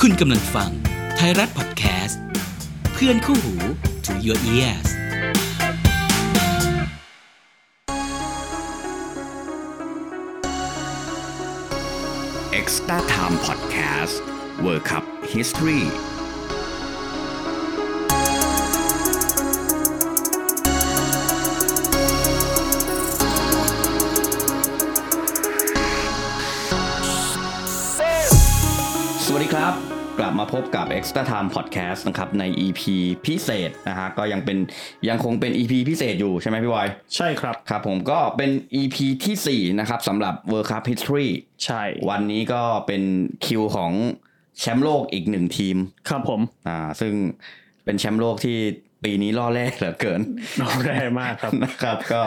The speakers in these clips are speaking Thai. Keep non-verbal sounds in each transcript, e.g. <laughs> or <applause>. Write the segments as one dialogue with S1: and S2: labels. S1: คุณกำลังฟังไทยรัฐพอดแคสต์เพื่อนคู่หู to your ears
S2: เอ็กซ์ต้าไทม์พอดแคสต์เวิร์คัพฮิสตรีสวัสดีครับ กลับมาพบกับ Extra Time Podcast นะครับใน EP พิเศษนะฮะก็ยังเป็นยังคงเป็น EP พิเศษอยู่ใช่ไหมพี่วอย
S3: ใช่ครับ
S2: ครับผมก็เป็น EP ที่ 4 นะครับสำหรับ World Cup History
S3: ใช่
S2: วันนี้ก็เป็นคิวของแชมป์โลกอีกหนึ่งทีม
S3: ครับผม <laughs>
S2: อ่า ซึ่งเป็นแชมป์โลกที่ปีนี้ล่อแรกเหลือเกิน
S3: น้องแร่มาก
S2: <laughs>
S3: ครับ
S2: นะครับ ก็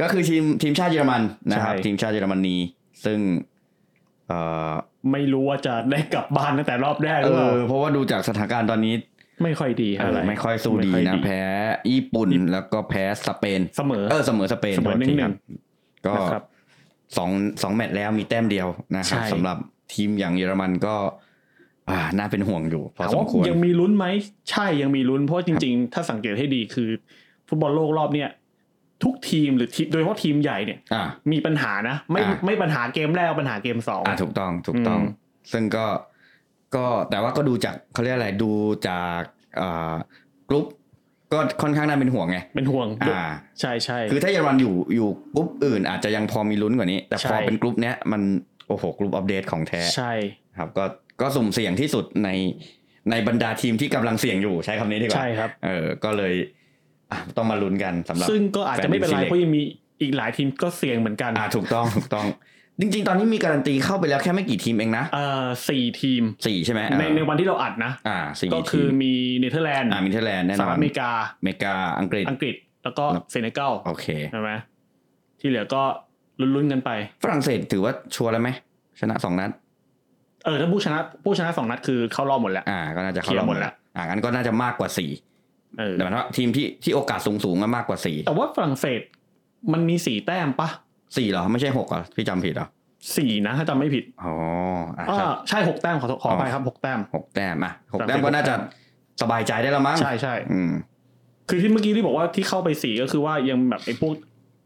S2: ก็คือทีมทีมชาติเยอรมันนะครับ
S3: ใช่
S2: ทีมชาติเยอรมนีซึ่ง เออ
S3: ไม่รู้ว่าจะได้กลับบ้านตั้งแต่รอบแรกห
S2: เอ
S3: รือเปล่า
S2: อเพราะว่าดูจากสถานการณ์ตอนนี้
S3: ไม่ค่อยดี
S2: เอ
S3: อะ
S2: อ
S3: ไร
S2: ไม่ค่อยสู้ดี
S3: ไม่ค่
S2: นะ
S3: อย
S2: แพ้ญี่ปุ่นแล้วก็แพ้สเปน
S3: เสมอ
S2: เออเสมอสเปน
S3: เสมอ
S2: โทษที
S3: หนึ่งห
S2: ค
S3: นึ่ง
S2: รับก็
S3: นะครับ
S2: สองสองแมตช์แล้วมีแต้มเดียวนะครับ
S3: ใช่
S2: สำหรับทีมอย่างเยอรมันก็ อ่าน่าเป็นห่วงอยู่ พอ
S3: ถาม
S2: สม
S3: ว่า
S2: ควร
S3: ยังมีลุ้นไหมใช่ยังมีลุ้นเพราะจริงๆ ถ้าสังเกตให้ดีคือ ฟุตบอลโลกรอบเนี้ยทุกทีมหรือทีมโดยเฉพาะทีมใหญ่เนี่ย
S2: อ่า
S3: มีปัญหานะ ไม่
S2: อ่ะ
S3: ไม่ปัญหาเกมแรกปัญหาเกมสอง
S2: อ่าถูกต้องถูกต้อง
S3: อืม
S2: ซึ่งก็ก็แต่ว่าก็ดูจากเขาเรียกอะไรดูจากอ่ากรุ๊ปก็ค่อนข้างน่าเป็นห่วงไง
S3: เป็นห่วง
S2: อ่า
S3: ใช่ใช่
S2: คือถ้าเยอรมันอยู่อยู่กรุ๊ปอื่น อาจจะยังพอมีลุ้นกว่านี้ แต่พอ
S3: ใช่
S2: เป็นกรุ๊ปเนี้ยมันโอ้โหกรุ๊ปอัปเดตของแท้
S3: ใช่
S2: ครับก็ก็สุ่มเสี่ยงที่สุดในในบรรดาทีมที่กำลังเสี่ยงอยู่ใช้คำนี้ดีกว่า
S3: ใช่ครับ
S2: เออ ก็เลยอ่ะต้องมาลุ้นกันสำหรับ
S3: ซึ่งก็อาจจะไม่เป็นไร
S2: แฟนทีม
S3: เพราะยังมีอีกหลายทีมก็เสี่ยงเหมือนกัน
S2: อ่าถูกต้องถูกต้อง จริง ๆ ตอนนี้มีการันตีเข้าไปแล้วแค่ไม่กี่ทีมเองนะ
S3: เอ่อสี่ทีม
S2: สี่ใช่ไหม
S3: ใน
S2: อ่า
S3: ในวันที่เราอัดนะ
S2: อ่าสี่
S3: ก็
S2: ที
S3: คือ
S2: ม
S3: มีเนเธอร์แลนด์
S2: อ่ามิเทอร์แลนด์แน่
S3: ส
S2: น
S3: ห
S2: อน
S3: รัฐ
S2: อ
S3: อเมริกา
S2: เมริกาอังกฤษ
S3: อังกฤษ แล้วก็
S2: ครับ
S3: เซเนกัล
S2: โอเค
S3: ใช่ไหมที่เหลือก็ลุ้นๆกันไป
S2: ฝรั่งเศสถือว่าชัวร์แล้วไหมชนะสองนัด
S3: เออถ้าผู้ชนะผู้ชนะสองนัดคือเข้ารอบหมดแล้ว
S2: อ่า ก็น่าจะ
S3: เคลี
S2: เข้าย รอบ
S3: ร์ห
S2: ห
S3: ม
S2: ม
S3: ด
S2: ดแล้
S3: แล้
S2: ว วอ่างั้นก็น่าจะมากกว่าสี่
S3: เออ
S2: แต่หมายถึงว่าทีมที่ที่โอกาสสูงสูงๆก็มากกว่าสี่
S3: แต่ว่าฝรั่งเศสมันมีสี่แต้มปะ
S2: สี่เหรอ ไม่ใช่หกเหรอพี่จำผิดเหรอ
S3: สี่นะถ้าจำไม่ผิด
S2: อ๋ออ่า
S3: อ่า
S2: ครับ
S3: ใช่หกแต้มขอขอ
S2: อ๋อ
S3: ไปครับหกแต้ม
S2: หกแต้มอ่ะหก
S3: ฝรั่งเศส
S2: แต้มก็น่าจะสบายใจได้แล้วมั้ง
S3: ใช่ใช่
S2: อืม
S3: คือที่เมื่อกี้ที่บอกว่าที่เข้าไปสี่ก็คือว่ายังแบบไอ้พวก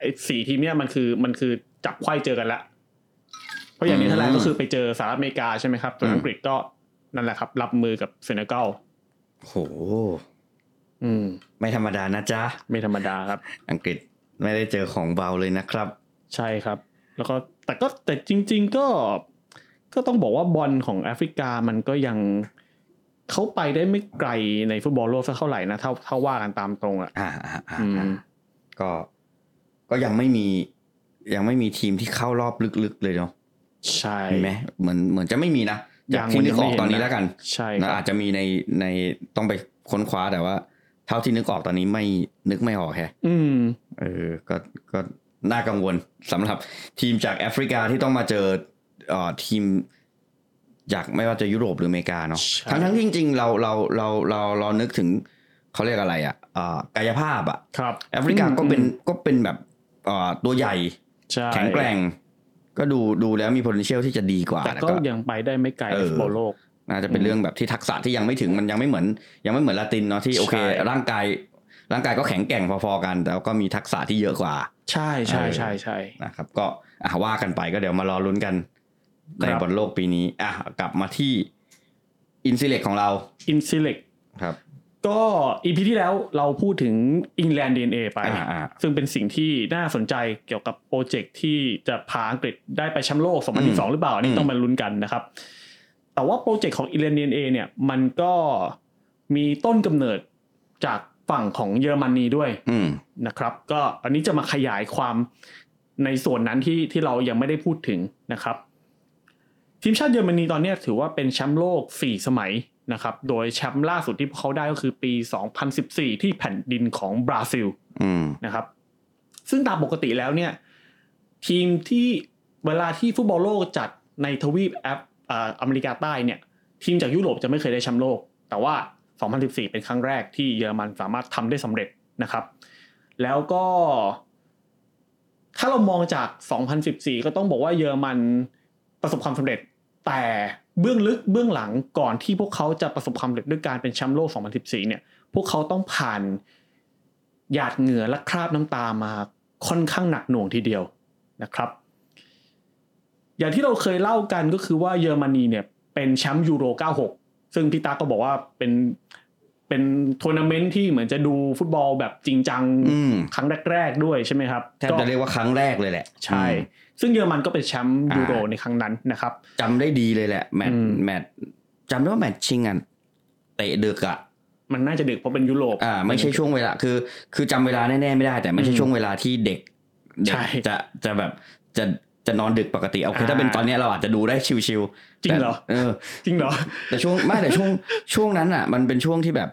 S3: ไอ้สี่ทีมเนี่ยมันคือมันคือจับไขว้เจอกันละเพราะอย่าง
S2: อืม
S3: เนเธอร์แลนด์ก็คือไปเจอสหรัฐอเมริกาใช่ไหมครับส่วนอังกฤษก็นั่นแหละครับ รับมือกับเซเนกัล
S2: โห
S3: อืม
S2: ไม่ธรรมดานะจ๊ะ
S3: ไม่ธรรมดาครับ
S2: อังกฤษไม่ได้เจอของเบาเลยนะครับ
S3: ใช่ครับ แล้วก็แต่ก็แต่จริง ๆ ก็ ก็ต้องบอกว่าบอลของแอฟริกามันก็ยังเข้าไปได้ไม่ไกลในฟุตบอลโลกสักเท่าไหร่นะเท่าเท่าว่ากันตามตรงอะ่ะ
S2: อ่าอ่าอ่า
S3: อืม
S2: ก็ก็ยังไม่มียังไม่มีทีมที่เข้ารอบลึกๆเลยเนาะ
S3: ใช่
S2: มีไหมเหมือนเหมือนจะไม่มีนะอ
S3: ยั
S2: ยาก
S3: ง
S2: ที่
S3: มั
S2: นึกออก
S3: ยัไม่เห็
S2: ตอนนี้แล้วกัน
S3: ใช่ค
S2: นะ
S3: รับ
S2: อาจจะมีในในต้องไปค้นคว้าแต่ว่า เท่าที่นึกออกตอนนี้ไม่นึกไม่ออกแฮะ
S3: อืม
S2: เออก็ก็น่ากังวลสำหรับทีมจากแอฟริกาที่ต้องมาเจอเอ่อทีมจากไม่ว่าจะยุโรปหรืออเมริกาเนาะ
S3: ใช่
S2: ทั้งทั้งๆที่จริงๆเราเราเราเราเรานึกถึงเขาเรียกอะไรอะอ่ากายภาพอะ
S3: ครับ
S2: แอฟริกาก็เป็น
S3: อืม
S2: ก็เป็นแบบเอ่อตัวใหญ่
S3: ใช่
S2: แข็งแกร่ง ก็ดูดูแล้วมี potential ที่จะดีกว่า
S3: แต่
S2: แล้ว
S3: ก็
S2: ก็
S3: ยังไปได้ไม่ไกล
S2: เออ
S3: ในฟุตบอลโลก
S2: น่าจะเป็
S3: อื
S2: น
S3: ม
S2: เรื่องแบบที่ทักษะที่ยังไม่ถึงมันยังไม่เหมือน ยังไม่เหมือนลาตินเนาะที่โอเค
S3: ใช่
S2: ร่างกายร่างกายก็แข็งแกร่งพอๆกัน แต่ก็มีทักษะที่เยอะกว่า
S3: ใช่ใช่
S2: เออ
S3: ใช่ใช่
S2: นะครับก็อ่ะว่ากันไปก็เดี๋ยวมารอลุ้นกัน ใน
S3: ครับ
S2: บอลโลกปีนี้อ่ะกลับมาที่อินซิเลกของเรา
S3: อินซิเล็ก
S2: ครับ
S3: ก็อีพีที่แล้วเราพูดถึงอิงแลนด์ดีเอไป
S2: อ่าอ่า
S3: ซึ่งเป็นสิ่งที่น่าสนใจเกี่ยวกับโปรเจกต์ที่จะพาอังกฤษได้ไปแชมป์โลก 2022 หรือเปล่า อัน
S2: อื
S3: นี้
S2: ม
S3: ต้องมาลุ้นกันนะครับ แต่ว่าโปรเจกต์ของ i l เลน DNA เนี่ย มันก็มีต้นกำเนิดจากฝั่งของเยอรมนีด้วย
S2: อืม
S3: นะครับ ก็อันนี้จะมาขยายความในส่วนนั้นที่ที่เรายังไม่ได้พูดถึงนะครับ ทีมชาติเยอรมนีตอนเนี้ยถือว่าเป็นแชมป์โลก 4 สมัยนะครับ โดยแชมป์ล่าสุดที่พวกเขาได้ก็คือปี 2014 ที่แผ่นดินของบราซิล
S2: อืม
S3: นะครับซึ่งตามปกติแล้วเนี่ยทีมที่เวลาที่ฟุตบอลโลกจัดในทวีปแอฟเอ่ออเมริกาใต้เนี่ยทีมจากยุโรปจะไม่เคยได้แชมป์โลก แต่ว่า 2014 เป็นครั้งแรกที่เยอรมันสามารถทำได้สำเร็จนะครับ แล้วก็ ถ้าเรามองจาก 2014 ก็ต้องบอกว่าเยอรมันประสบความสำเร็จ แต่เบื้องลึกเบื้องหลังก่อนที่พวกเขาจะประสบความสำเร็จด้วยการเป็นแชมป์โลก 2014 เนี่ย พวกเขาต้องผ่านหยาดเหงื่อและคราบน้ำตามาค่อนข้างหนักหน่วงทีเดียวนะครับ อย่างที่เราเคยเล่ากันก็คือว่าเยอรมนีเนี่ยเป็นแชมป์ยูโร 96 ซึ่งพี่ตาก็บอกว่าเป็นเป็นทัวร์นาเมนต์ที่เหมือนจะดูฟุตบอลแบบจริงจัง
S2: อืม
S3: ครั้งแรกๆด้วยใช่ไหมครับ
S2: แทบจะเรียกว่าครั้งแรกเลยแหละ
S3: ใช่
S2: อืม
S3: ซึ่งเยอรมันก็เป็นแชมป์ยูโร
S2: อ่า
S3: ในครั้งนั้นนะครับ
S2: จำได้ดีเลยแหละ แมต
S3: อื
S2: ช์
S3: ม
S2: แมตช์จำได้ว่าแมตช์ชิงอ่ะเตะดึกอ่ะ
S3: มันน่าจะดึกเพราะเป็นยุโรป
S2: อ่าไม่ใช่ช่วงเวลาคือ คือจำเวลาแน่ๆไม่ได้ แต่ไม่ใช่
S3: อืม
S2: ช่วงเวลาที่เด็กเด็ก
S3: ใช่
S2: จะจะแบบจะจะนอนดึกปกติโอเค
S3: อ่า
S2: ถ้าเป็นตอนเนี้ยเราอาจจะดูได้ชิวๆ
S3: จริงเหรอ
S2: แต่เออ
S3: จริงเหรอ
S2: แต่ช่วงไม่แต่ช่วง ช่วงนั้นอ่ะ มันเป็นช่วงที่แบบ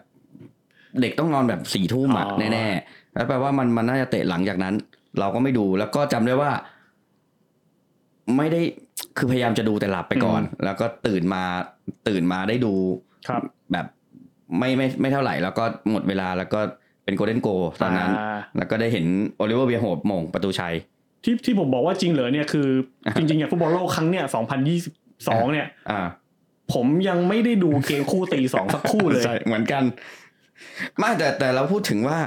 S2: เด็กต้องนอนแบบสี่ทุ่มอ่ะ
S3: อ๋อ
S2: แน่ๆแล้วแปลว่ามันมันน่าจะเตะหลังจากนั้น เราก็ไม่ดูแล้วก็จำได้ว่า ไม่ได้คือพยายามจะดูแต่หลับไปก่อน แล้วก็ตื่นมาตื่นมาได้ดู
S3: ครับ
S2: แบบไม่ไม่ไม่เท่าไหร่แล้วก็หมดเวลาแล้วก็เป็นโกลเด้นโกตอนนั้น
S3: อ่า
S2: แล้วก็ได้เห็นโอลิเวอร์เบียโหบมงประตูชัย
S3: ที่ที่ผมบอกว่าจริงเหรอเนี่ยคือ
S2: อ่า
S3: จริงๆอย่างฟุตบอลโลกครั้งเนี่ย 2022 เนี่ย
S2: อ่า
S3: ผมยังไม่ได้ดูเกมคู่ตีส
S2: <laughs>
S3: องสักคู่เลย
S2: ใช่เหมือนกันไมาแต่แต่เราพูดถึงว่า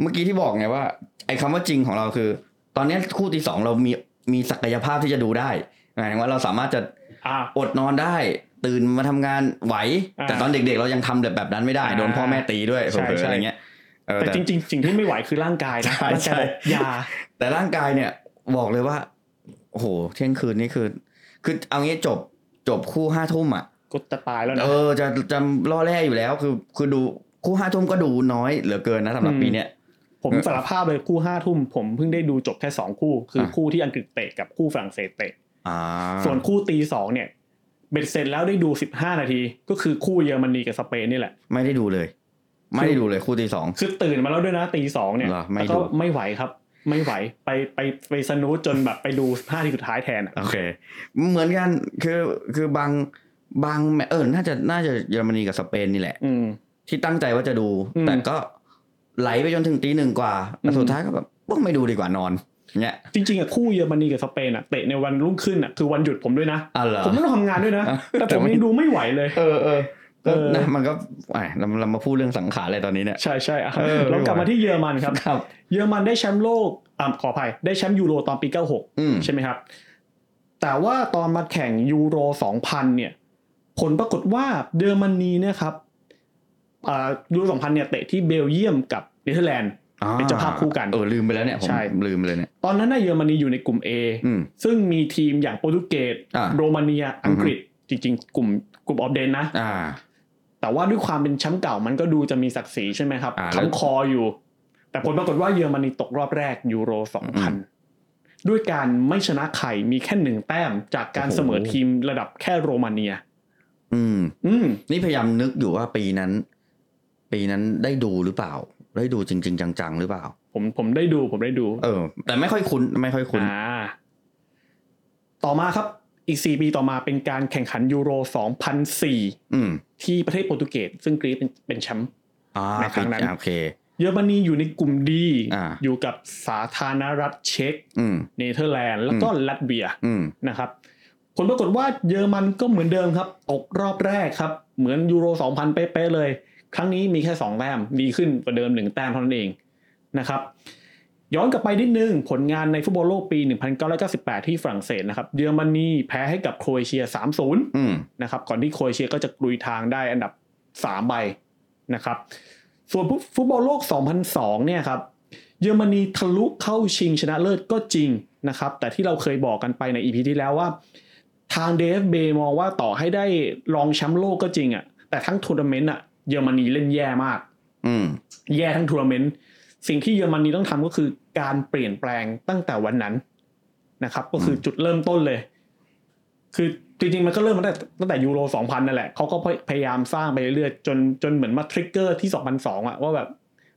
S2: เมื่อกี้ที่บอกไงว่า ไอ้คำว่าจริงของเราคือ ตอนเนี้ยคู่ที่สองเรามีมีศักยภาพที่จะดูได้หมายถึงว่าเราสามารถจะ
S3: อ่า
S2: อดนอนได้ ตื่นมาทำงานไหว
S3: อ่า
S2: แต่ตอนเด็กๆ เรายังทำแบบนั้นไม่ได้ โดนพ่อแม่ตีด้วย
S3: ใช่
S2: เผลอๆ
S3: ใช่
S2: อะไรเงี้ยเออ
S3: แต่จริง ๆ สิ่งที่ไม่ไหวคือร่างกายนะ
S2: ใช่
S3: ร่าง
S2: ใช่
S3: กายบอกอยา
S2: แต่ร่างกายเนี่ยบอกเลยว่าโอ้โหเที่ยงคืนนี่คือ คือเอางี้จบจบคู่ห้าทุ่มอ่ะ
S3: ก็จะตายแล้วนะ
S2: เออจะจะล่อแร่อยู่แล้วคือ คือดูคู่ห้าทุ่มก็ดูน้อยเหลือเกินนะสำหรับ
S3: อืม
S2: ปีเนี้ย
S3: ผมสารภาพเลยคู่ห้าทุ่มผมเพิ่งได้ดูจบแค่สองคู่ คือ
S2: อ่ะ
S3: คู่ที่อังกฤษเตะกับคู่ฝรั่งเศสเตะ
S2: อ่า
S3: ส่วนคู่ตีสองเนี่ย เบ็ดเสร็จแล้วได้ดู 15 นาที ก็คือคู่เยอรมนีกับสเปนนี่แหละ
S2: ไม่ได้ดูเลย ไม่ได้ดูเลยคู่ที่สอง
S3: คือตื่นมาแล้วด้วยนะตีสองเนี่ย
S2: เหรอไม่ดู
S3: แล้วก็ไม่ไหวครับ ไม่ไหวไปไปไปสนุกจนแบบไปดูห้าทีสุดท้ายแทนอะ
S2: โอเค เหมือนกันคือคือบางบางแมเออน่าจะน่าจะเยอรมนีกับสเปนนี่แหละ
S3: อืม
S2: ที่ตั้งใจว่าจะดู
S3: อืม
S2: แต่ก็ไหลไปจนถึงตีหนึ่งกว่าแต่
S3: อืม
S2: สุดท้ายก็แบบต้องไม่ดูดีกว่านอนเนี้ย
S3: จริงๆอะคู่เยอรมนีกับสเปนอะเตะในวันรุ่งขึ้นอะคือวันหยุดผมด้วยนะ
S2: อ่ะเหรอ
S3: ผมไม่ต้องทำงานด้วยนะ แต่ผมยังดูไม่ไหวเลย <laughs>
S2: เออเออก็
S3: เออ
S2: นะมันก็แหมเราเรามาพูดเรื่องสังขารอะไรตอนนี้เนี่ย
S3: ใช่ใช่อะ
S2: เออ
S3: แล้วกลับมาที่เยอรมันครับ
S2: ครับ
S3: เยอรมันได้แชมป์โลกอ่าขออภัย ได้แชมป์ยูโรตอนปี
S2: อืม
S3: 96 ใช่ไหมครับ แต่ว่าตอนมาแข่งยูโร 2000 เนี่ย ผลปรากฏว่าเยอรมนีเนี่ยครับอ่ายูโร 2000 เนี่ยเตะที่เบลเยียมกับเนเธอร์แลนด์ เป็นเจ้าภาพคู่กัน
S2: เออลืมไปแล้วเนี่ยผม
S3: ใช่
S2: ลืมไปเลยเนี่ย
S3: ตอนนั้นนะเยอรมนีอยู่ในกลุ่ม A
S2: อืม
S3: ซึ่งมีทีมอย่างโปรตุเกส
S2: อ่า
S3: โรมาเนีย อังกฤษ จริงๆ กลุ่มกลุ่มออฟเดนนะ
S2: อ่า
S3: แต่ว่าด้วยความเป็นแชมป์เก่ามันก็ดูจะมีศักดิ์ศรีใช่ไหมครับ
S2: อ่าแล้ว
S3: ค้ำคออยู่ แต่ผลปรากฏว่าเยอรมนีตกรอบแรกยูโร
S2: อืม
S3: 2000 ด้วยการไม่ชนะใครมีแค่หนึ่งแต้มจากการ
S2: โอ้โห
S3: เสมอทีมระดับแค่โรมาเนีย
S2: อืม
S3: อืม
S2: นี่พยายามนึกอยู่ว่าปีนั้น ปีนั้นได้ดูหรือเปล่า ได้ดูจริง ๆ จังๆหรือเปล่า
S3: ผมผมได้ดูผมได้ดู
S2: เออ แต่ไม่ค่อยคุ้นไม่ค่อยคุ้น
S3: อ่าต่อมาครับอีก 4 ปีต่อมาเป็นการแข่งขันยูโร 2004
S2: อืม
S3: ที่ประเทศโปรตุเกสซึ่งกรีซเป็นเป็นแชมป์
S2: อ่า
S3: ในครั้งนั้น
S2: โอเค
S3: เยอรมนีอยู่ในกลุ่มดี
S2: อ่า
S3: อยู่กับสาธารณรัฐเช็ก
S2: อืม
S3: เนเธอร์แลนด์แล้วก็ลัตเวีย
S2: อืม
S3: นะครับผลปรากฏว่าเยอรมันก็เหมือนเดิมครับ ตกรอบแรกครับ เหมือนยูโร 2000 เป๊ะๆเลย ครั้งนี้มีแค่ 2 แต้ม ดีขึ้นกว่าเดิม 1 แต้มเท่านั้นเองนะครับ ย้อนกลับไปนิดนึง ผลงานในฟุตบอลโลกปี 1998 ที่ฝรั่งเศสนะครับ เยอรมนีแพ้ให้กับโครเอเชีย 3-0
S2: อืม
S3: นะครับก่อนที่โครเอเชียก็จะกลุยทางได้อันดับ 3 ใบนะครับ ส่วนฟุตบอลโลก 2002 เนี่ยครับ เยอรมนีทะลุเข้าชิงชนะเลิศก็จริงนะครับ แต่ที่เราเคยบอกกันไปในอีพีที่แล้วว่า ทาง DFB มองว่าต่อให้ได้รองแชมป์โลกก็จริงอะ่ะแต่ทั้งทัวร์นาเมนต์อ่ะเยอรมนีเล่นแย่มาก
S2: อืม
S3: แย่ทั้งทัวร์เมนต์สิ่งที่เยอรมนีต้องทำก็คือการเปลี่ยนแปลงตั้งแต่วันนั้นนะครับ ก็คือจุดเริ่มต้นเลย คือจริงๆมันก็เริ่มมาตั้งแต่ตั้งแต่ยูโร 2000 นั่นแหละเขาก็พยายามสร้างไปเรื่อยๆจนจนเหมือนมาทริกเกอร์ที่ 2002อะว่าแบบ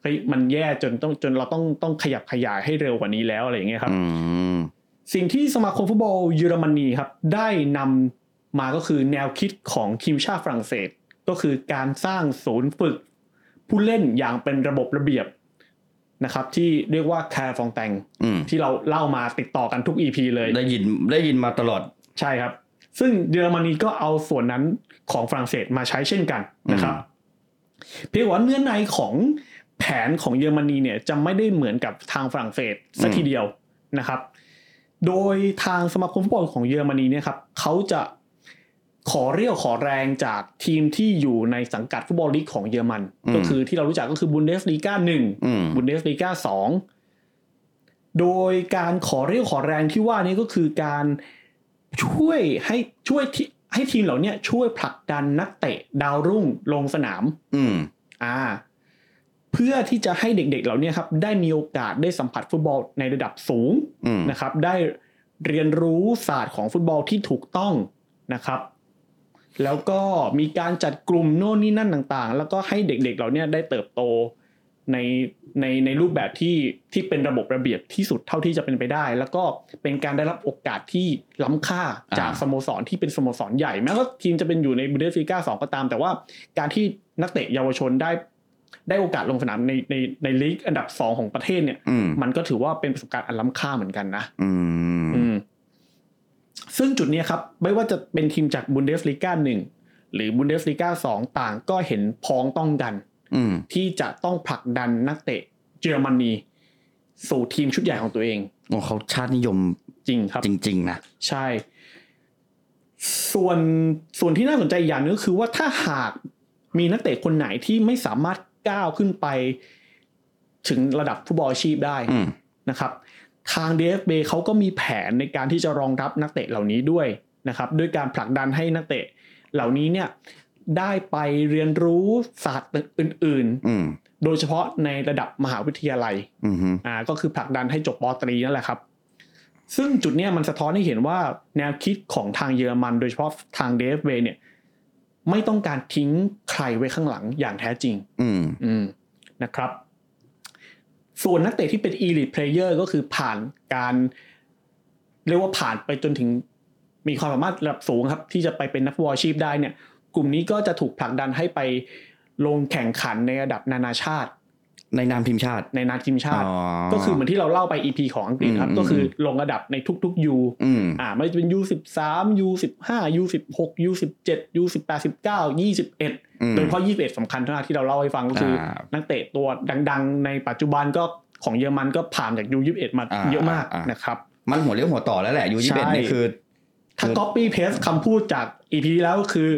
S3: เฮ้ยมันแย่จนต้องจนเราต้องต้องขยับขยายให้เร็วกว่านี้แล้วอะไรอย่างเงี้ยครับ
S2: อืม
S3: สิ่งที่สมาคมฟุตบอลเยอรมนีครับ ได้นำมาก็คือแนวคิดของทีมชาติฝรั่งเศส ก็คือการสร้างศูนย์ฝึก ผู้เล่นอย่างเป็นระบบระเบียบนะครับ ที่เรียกว่าแคร์ฟองแตง
S2: อืม
S3: ที่เราเล่ามาติดต่อกันทุก EP เลย
S2: ได้ยินได้ยินมาตลอด
S3: ใช่ครับ ซึ่งเยอรมนีก็เอาส่วนนั้นของฝรั่งเศสมาใช้เช่นกันนะครับ เพียงแต่ว่าเนื้อในของแผนของเยอรมนีเนี่ยจะไม่ได้เหมือนกับทางฝรั่งเศสสัทีเดียวนะครับ โดยทางสมาคมฟุตบอลของเยอรมนีเนี่ยครับเขาจะขอเรียวขอแรงจากทีมที่อยู่ในสังกัดฟุตบอลลีกของเยอรมัน
S2: อืม
S3: ก็คือที่เรารู้จักก็คือบุนเดสลีกาหนึ่ง
S2: อืม
S3: บุนเดสลีกาสองโดยการขอเรียกขอแรงที่ว่านี้ก็คือการช่วยให้ช่วยที่ให้ทีมเหล่าเนี้ยช่วยผลักดันนักเตะดาวรุ่งลงสนาม
S2: อืม
S3: อ่า เพื่อที่จะให้เด็กๆเหล่าเนี้ยครับ ได้มีโอกาสได้สัมผัสฟุตบอลในระดับสูง
S2: อืม
S3: นะครับ ได้เรียนรู้ศาสตร์ของฟุตบอลที่ถูกต้องนะครับ แล้วก็มีการจัดกลุ่มโน่นนี่นั่นต่างๆ แล้วก็ให้เด็กๆเราเนี่ยได้เติบโตในในในรูปแบบที่ที่เป็นระบบระเบียบที่สุดเท่าที่จะเป็นไปได้ แล้วก็เป็นการได้รับโอกาสที่ล้ำค่าจาก
S2: อ่า
S3: สโมสรที่เป็นสโมสรใหญ่แม้ว่าทีมจะเป็นอยู่ในบุนเดสลีกาสองก็ตาม แต่ว่าการที่นักเตะเยาวชนได้ได้โอกาสลงสนามในในในลีกอันดับสองของประเทศเนี่ย
S2: อืม
S3: มันก็ถือว่าเป็นประสบการณ์อันล้ำค่าเหมือนกันนะ
S2: อืม
S3: อืมซึ่งจุดเนี้ยครับ ไม่ว่าจะเป็นทีมจากบุนเดสลีกาหนึ่งหรือบุนเดสลีกาสองต่างก็เห็นพ้องต้องกัน
S2: อืม
S3: ที่จะต้องผลักดันนักเตะเยอรมนีสู่ทีมชุดใหญ่ของตัวเอง
S2: โอ้เขาชาตินิยม
S3: จริงครับ
S2: จริง ๆ นะ
S3: ใช่ ส่วนส่วนที่น่าสนใจอีกอย่างหนึงก็คือว่าถ้าหากมีนักเตะคนไหนที่ไม่สามารถก้าวขึ้นไป ถึงระดับฟุตบอลอาชีพได้
S2: อืม
S3: นะครับทาง DFB เขาก็มีแผนในการที่จะรองรับนักเตะเหล่านี้ด้วยนะครับด้วยการผลักดันให้นักเตะเหล่านี้เนี่ยได้ไปเรียนรู้ศาสตร์อื่น
S2: อืม
S3: ๆ โดยเฉพาะในระดับมหาวิทยาลัย
S2: อืมฮึ
S3: อ่าก็คือผลักดันให้จบปอตรีนั่นแหละครับ ซึ่งจุดเนี้ยมันสะท้อนให้เห็นว่าแนวคิดของทางเยอรมัน โดยเฉพาะทาง DFB เนี่ยไม่ต้องการทิ้งใครไว้ข้างหลังอย่างแท้จริง
S2: อืม
S3: อืมนะครับ ส่วนนักเตะที่เป็น elite player ก็คือผ่านการเรียกว่าผ่านไปจนถึงมีความสามารถระดับสูงครับ ที่จะไปเป็นนักฟุตบอลอาชีพได้เนี่ย กลุ่มนี้ก็จะถูกผลักดันให้ไปลงแข่งขันในระดับนานาชาติ
S2: ในนามทีมชาติ
S3: ในนาทีมชาติ
S2: อ๋อ
S3: ก็คือเหมือนที่เราเล่าไป EP ของอังกฤษครับ
S2: อืม
S3: ก็คือลงระดับในทุกๆ U
S2: อืม
S3: อ่าไม่ว่าจะเป็น U13 U15 U16 U17 U18 19 21
S2: อืม
S3: โดยเฉพาะ21สำคัญเท่านั้นที่เราเล่าให้ฟังก็คืออา นักเตะตัวดังๆ ในปัจจุบันก็ของเยอรมันก็ผ่านจากยู21มา
S2: อ่า
S3: เยอะมาก
S2: อ่าน
S3: นะครับ
S2: มันหัวเลี้ยวหัวต่อแล้วแหละยูยี่
S3: ใช่
S2: เบ็ดนี่คือ
S3: ถ้า
S2: คือ
S3: copy paste คำพูดจาก EP ที่แล้วก็คือ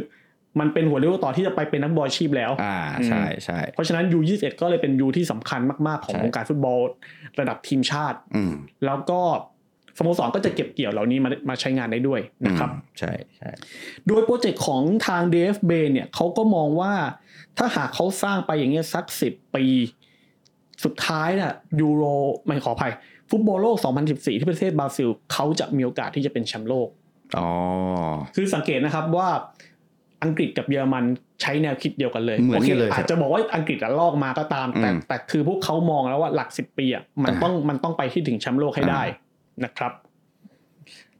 S3: มันเป็นหัวเรี่ยวต่อที่จะไปเป็นนักบอลอาชีพแล้ว
S2: อ่า
S3: อืม
S2: ใช่ใช่
S3: เพราะฉะนั้น U21 ก็เลยเป็นยูที่สำคัญมากๆ ของ
S2: ใช่
S3: วงการฟุตบอลระดับทีมชาติ
S2: อืม
S3: แล้วก็สโมสรก็จะเก็บเกี่ยวเหล่านี้มามาใช้งานได้ด้วยนะครับ
S2: อืมใช่ใช่
S3: โดยโปรเจกต์ของทาง DFB เนี่ยเขาก็มองว่าถ้าหากเขาสร้างไปอย่างเงี้ยสักสิบปี สุดท้ายน่ะยูโรไม่ขออภัย ฟุตบอลโลก 2014 ที่ประเทศบราซิล เขาจะมีโอกาสที่จะเป็นแชมป์โลก
S2: อ๋อ
S3: คือสังเกตนะครับว่าอังกฤษกับเยอรมันใช้แนวคิดเดียวกันเลย
S2: เหมือนกันเลย
S3: โคอาจจะบอกว่าอังกฤษอะลอกมาก็ตาม แต่
S2: อืม
S3: แต่คือพวกเขามองแล้วว่าหลักสิบปีอ่ะมันต้องมันต้องไปที่ถึงแชมป์โลกให้ได้นะครับ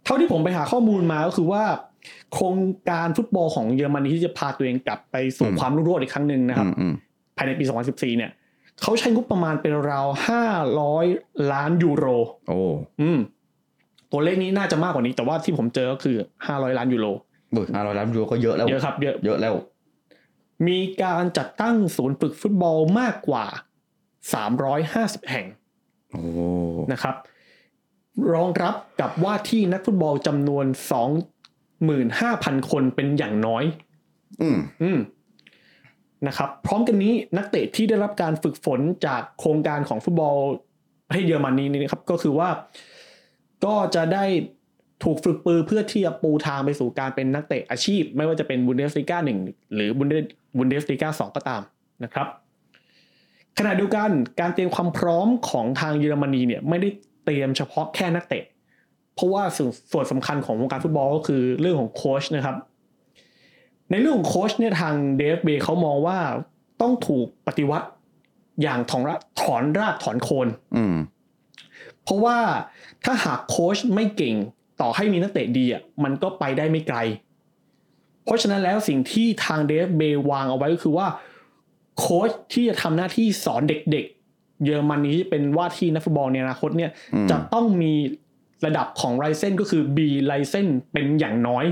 S3: เท่าที่ผมไปหาข้อมูลมาก็คือว่า โครงการฟุตบอลของเยอรมนีที่จะพาตัวเองกลับไปสู่
S2: อืม
S3: ความรุ่งโรจน์อีกครั้งหนึ่งนะครับ
S2: อืมอืม
S3: ภายในปี 2014 เนี่ยเขาใช้งบประมาณเป็นราว 500 ล้านยูโร
S2: โอ้
S3: อืม ตัวเลขนี้น่าจะมากกว่านี้ แต่ว่าที่ผมเจอก็คือ 500 ล้านยูโร
S2: บึกห้าร้อยล้านยูโรก็เยอะแล้ว
S3: เยอะครับเยอะ
S2: เยอะแล้ว
S3: มีการจัดตั้งศูนย์ฝึกฟุตบอลมากกว่า 350 แห่ง
S2: โอ้
S3: นะครับ รองรับกับว่าที่นักฟุตบอลจำนวน 25,000 คนเป็นอย่างน้อย
S2: อืม
S3: อืมนะครับ พร้อมกันนี้นักเตะที่ได้รับการฝึกฝนจากโครงการของฟุตบอลประเทศเยอรมนีนี่นะครับ ก็คือว่าก็จะได้ถูกฝึกปรือเพื่อที่จะปูทางไปสู่การเป็นนักเตะอาชีพ ไม่ว่าจะเป็นบุนเดสลีกาหนึ่งหรือบุนเดสบุนเดสลีกาสองก็ตามนะครับ ขณะเดียวกันการเตรียมความพร้อมของทางเยอรมนีเนี่ยไม่ได้เตรียมเฉพาะแค่นักเตะ เพราะว่าส่วนส่วนสำคัญของวงการฟุตบอลก็คือเรื่องของโค้ชนะครับ ในเรื่องของโค้ชเนี่ยทาง DFB เขามองว่าต้องถูกปฏิวัติอย่างถอนรากถอนรากถอนโคน
S2: อืม
S3: เพราะว่าถ้าหากโค้ชไม่เก่งต่อให้มีนักเตะดีอ่ะมันก็ไปได้ไม่ไกล เพราะฉะนั้นแล้วสิ่งที่ทาง DFB วางเอาไว้ก็คือว่าโค้ชที่จะทำหน้าที่สอนเด็กๆ เยอรมันนี้เป็นว่าที่นักฟุตบอลในอนาคตเนี่ย
S2: อืม
S3: จะต้องมีระดับของไรเซนก็คือ B ไรเซนเป็นอย่างน้อย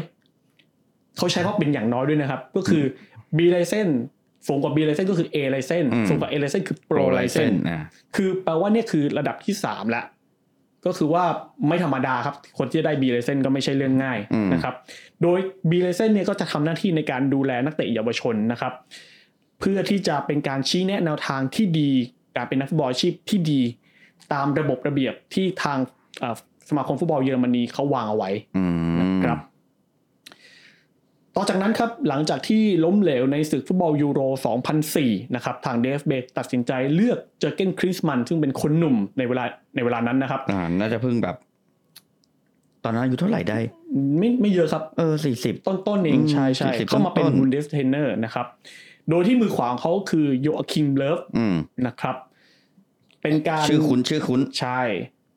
S3: เขาใช้ว่าเป็นอย่างน้อยด้วยนะครับ ก็คือ B license สูงกว่า B license ก็คือ A license
S2: อืม
S3: สูงกว่า A license คือ
S2: โปร
S3: Pro
S2: ไลเซน
S3: license
S2: นะ
S3: คือแปลว่าเนี่ยคือระดับที่สามละก็คือว่าไม่ธรรมดาครับ คนที่จะได้ B license ก็ไม่ใช่เรื่องง่ายนะครับ โดย B license เนี่ยก็จะทำหน้าที่ในการดูแลนักเตะเยาวชนนะครับ เพื่อที่จะเป็นการชี้แนะแนวทางที่ดี การเป็นนักฟุตบอลอาชีพที่ดี ตามระบบระเบียบที่ทางเอ่อสมาคมฟุตบอลเยอรมนีเขาวางเอาไว้
S2: อืม
S3: ครับ ต่อจากนั้นครับ หลังจากที่ล้มเหลวในศึกฟุตบอลยูโร 2004 นะครับ ทาง DFB ตัดสินใจเลือกเจอร์เก้นคริสมัน ซึ่งเป็นคนหนุ่มในเวลาในเวลานั้นนะครับ
S2: อ่าน่าจะเพิ่งแบบ ตอนนั้นอายุเท่าไหร่ได้
S3: ไม่ไม่เยอะครับ
S2: เออสี่สิบ
S3: ต้นต้นๆเอง
S2: อืม
S3: ใช่ใช่
S2: 40
S3: เข้ามาเป็น
S2: ต้นๆ
S3: บุนเดสเทนเนอร์นะครับ โดยที่มือขวาของเขาคือโยอาคิมเลิฟ
S2: อืม
S3: นะครับ เป็นการ
S2: ชื่อคุ้นชื่อคุ้น
S3: ใช่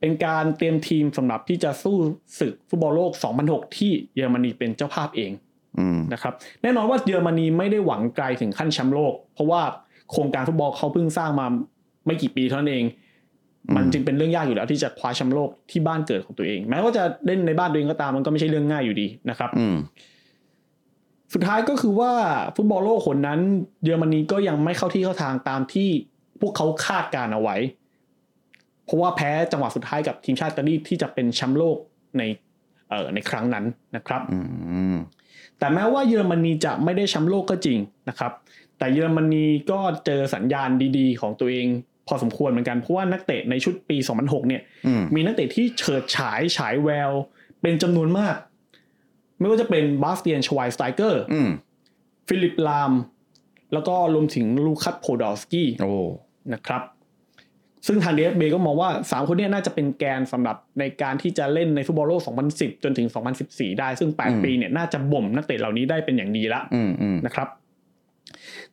S3: เป็นการเตรียมทีมสำหรับที่จะสู้ศึกฟุตบอลโลก 2006 ที่เยอรมนีเป็นเจ้าภาพเอง
S2: อืม
S3: นะครับแน่นอนว่าเยอรมนีไม่ได้หวังไกลถึงขั้นแชมป์โลก เพราะว่าโครงการฟุตบอลเขาเพิ่งสร้างมาไม่กี่ปีเท่านั้นเอง
S2: อืม
S3: มันจึงเป็นเรื่องยากอยู่แล้วที่จะคว้าแชมป์โลกที่บ้านเกิดของตัวเอง แม้ว่าจะเล่นในบ้านตัวเองก็ตามมันก็ไม่ใช่เรื่องง่ายอยู่ดีนะครับ
S2: อืม
S3: สุดท้ายก็คือว่าฟุตบอลโลกคนนั้น เยอรมนีก็ยังไม่เข้าที่เข้าทางตามที่พวกเขาคาดการเอาไว้ เพราะว่าแพ้จังหวะสุดท้ายกับทีมชาติอิตาลีที่จะเป็นแชมป์โลกในเอ่อในครั้งนั้นนะครับ
S2: อืม
S3: แต่แม้ว่าเยอรมนีจะไม่ได้แชมป์โลกก็จริงนะครับ แต่เยอรมนีก็เจอสัญญาณดีๆ ของตัวเองพอสมควรเหมือนกัน เพราะว่านักเตะในชุดปี 2006 เนี่ย
S2: อืม
S3: มีนักเตะที่เฉิดฉายฉายแวว เป็นจำนวนมาก ไม่ว่าจะเป็นบาสเตียนชวายสไตเกอร์
S2: อืม
S3: ฟิลิปลาม แล้วก็รวมถึงลูคัสโพดอลสกี้
S2: โอ้
S3: นะครับ ซึ่งทาง DFB ก็มองว่า 3 คนเนี้น่าจะเป็นแกนสำหรับในการที่จะเล่นในฟุตบอลโลก 2010 จนถึง 2014 ได้ ซึ่ง
S2: อืม
S3: 8 ปีเนี่ยน่าจะบ่มนักเตะเหล่านี้ได้เป็นอย่างดีละ
S2: อืมอืม
S3: นะครับ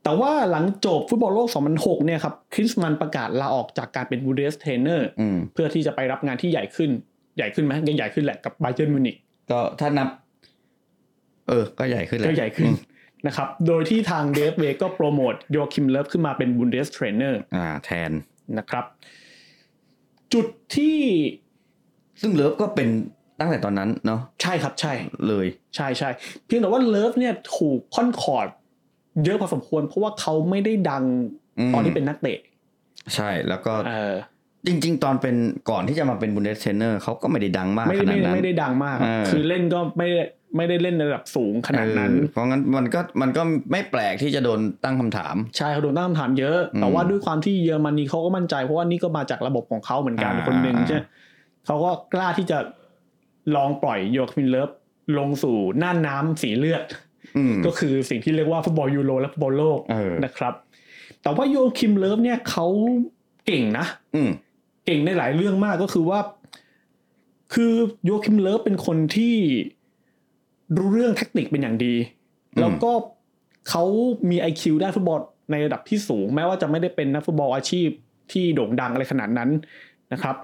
S3: แต่ว่าหลังจบฟุตบอลโลก 2006 เนี่ยครับ คริสมันประกาศลาออกจากการเป็นบูเดสเทรนเนอร์
S2: อืม
S3: เพื่อที่จะไปรับงานที่ใหญ่ขึ้น ใหญ่ขึ้นไหมยังใหญ่ขึ้นแหละกับ b บ y เ r n m u มิวนิก
S2: ก็ถ้านับ เออ ก็ใหญ่ขึ้นแหละ
S3: ก็ใหญ่ขึ้น
S2: อืม
S3: นะครับ โดยที่ทาง DFB ก็โปรโมทโยคิมเลิฟขึ้นมาเป็นบูเดสเทรนเนอร์
S2: อ่า แทน
S3: นะครับ จุดที่
S2: ซึ่งเลิฟก็เป็นตั้งแต่ตอนนั้นเนาะ
S3: ใช่ครับใช่
S2: เลย
S3: ใช่ใช่เพียงแต่ว่าเลิฟเนี่ยถูกค่อนคอร์ดเยอะพอสมควร เพราะว่าเขาไม่ได้ดัง
S2: อืม
S3: ตอนที่เป็นนักเตะ
S2: ใช่ แล้วก็
S3: เออ
S2: จริง ๆ ตอนเป็นก่อนที่จะมาเป็นบุนเดสเทรนเนอร์เขาก็ไม่ได้ดังมาก
S3: ไม่
S2: ข
S3: ได้
S2: นาด
S3: ไม่ได้
S2: นั้น
S3: ไม่ได้ดังมาก
S2: เออ
S3: คือเล่นก็ไม่ได้ไม่ได้เล่นในระดับสูงขนาดนั้น
S2: เออเพราะงั้นมันก็มันก็ไม่แปลกที่จะโดนตั้งคำถาม
S3: ใช่เขาโดนตั้งคำถามเยอะ
S2: อืม
S3: แต่ว่าด้วยความที่เยอรมนีเขาก็มั่นใจ เพราะว่านี่ก็มาจากระบบของเขาเหมือนกัน
S2: อ่า
S3: คนหนึ่ง
S2: อ่า
S3: ใช่เขาก็กล้าที่จะลองปล่อยโยคิมเลิฟลงสู่น่านน้ำสีเลือด
S2: อืม
S3: ก็คือสิ่งที่เรียกว่าฟุตบอลยูโรและฟุตบอลโลก
S2: เออ
S3: นะครับ แต่ว่าโยคิมเลิฟเนี่ยเขาเก่งนะ
S2: อืม
S3: เก่งในหลายเรื่องมากก็คือว่า คือโยคิมเลิฟเป็นคนที่รู้เรื่องแทคนิคเป็นอย่างดี
S2: ม
S3: แล้วก็เขามี IQ ด้านฟุตบอลในระดับที่สูง แม้ว่าจะไม่ได้เป็นนักฟุตบอลอาชีพที่โด่งดังอะไรขนาดนั้นนะครับ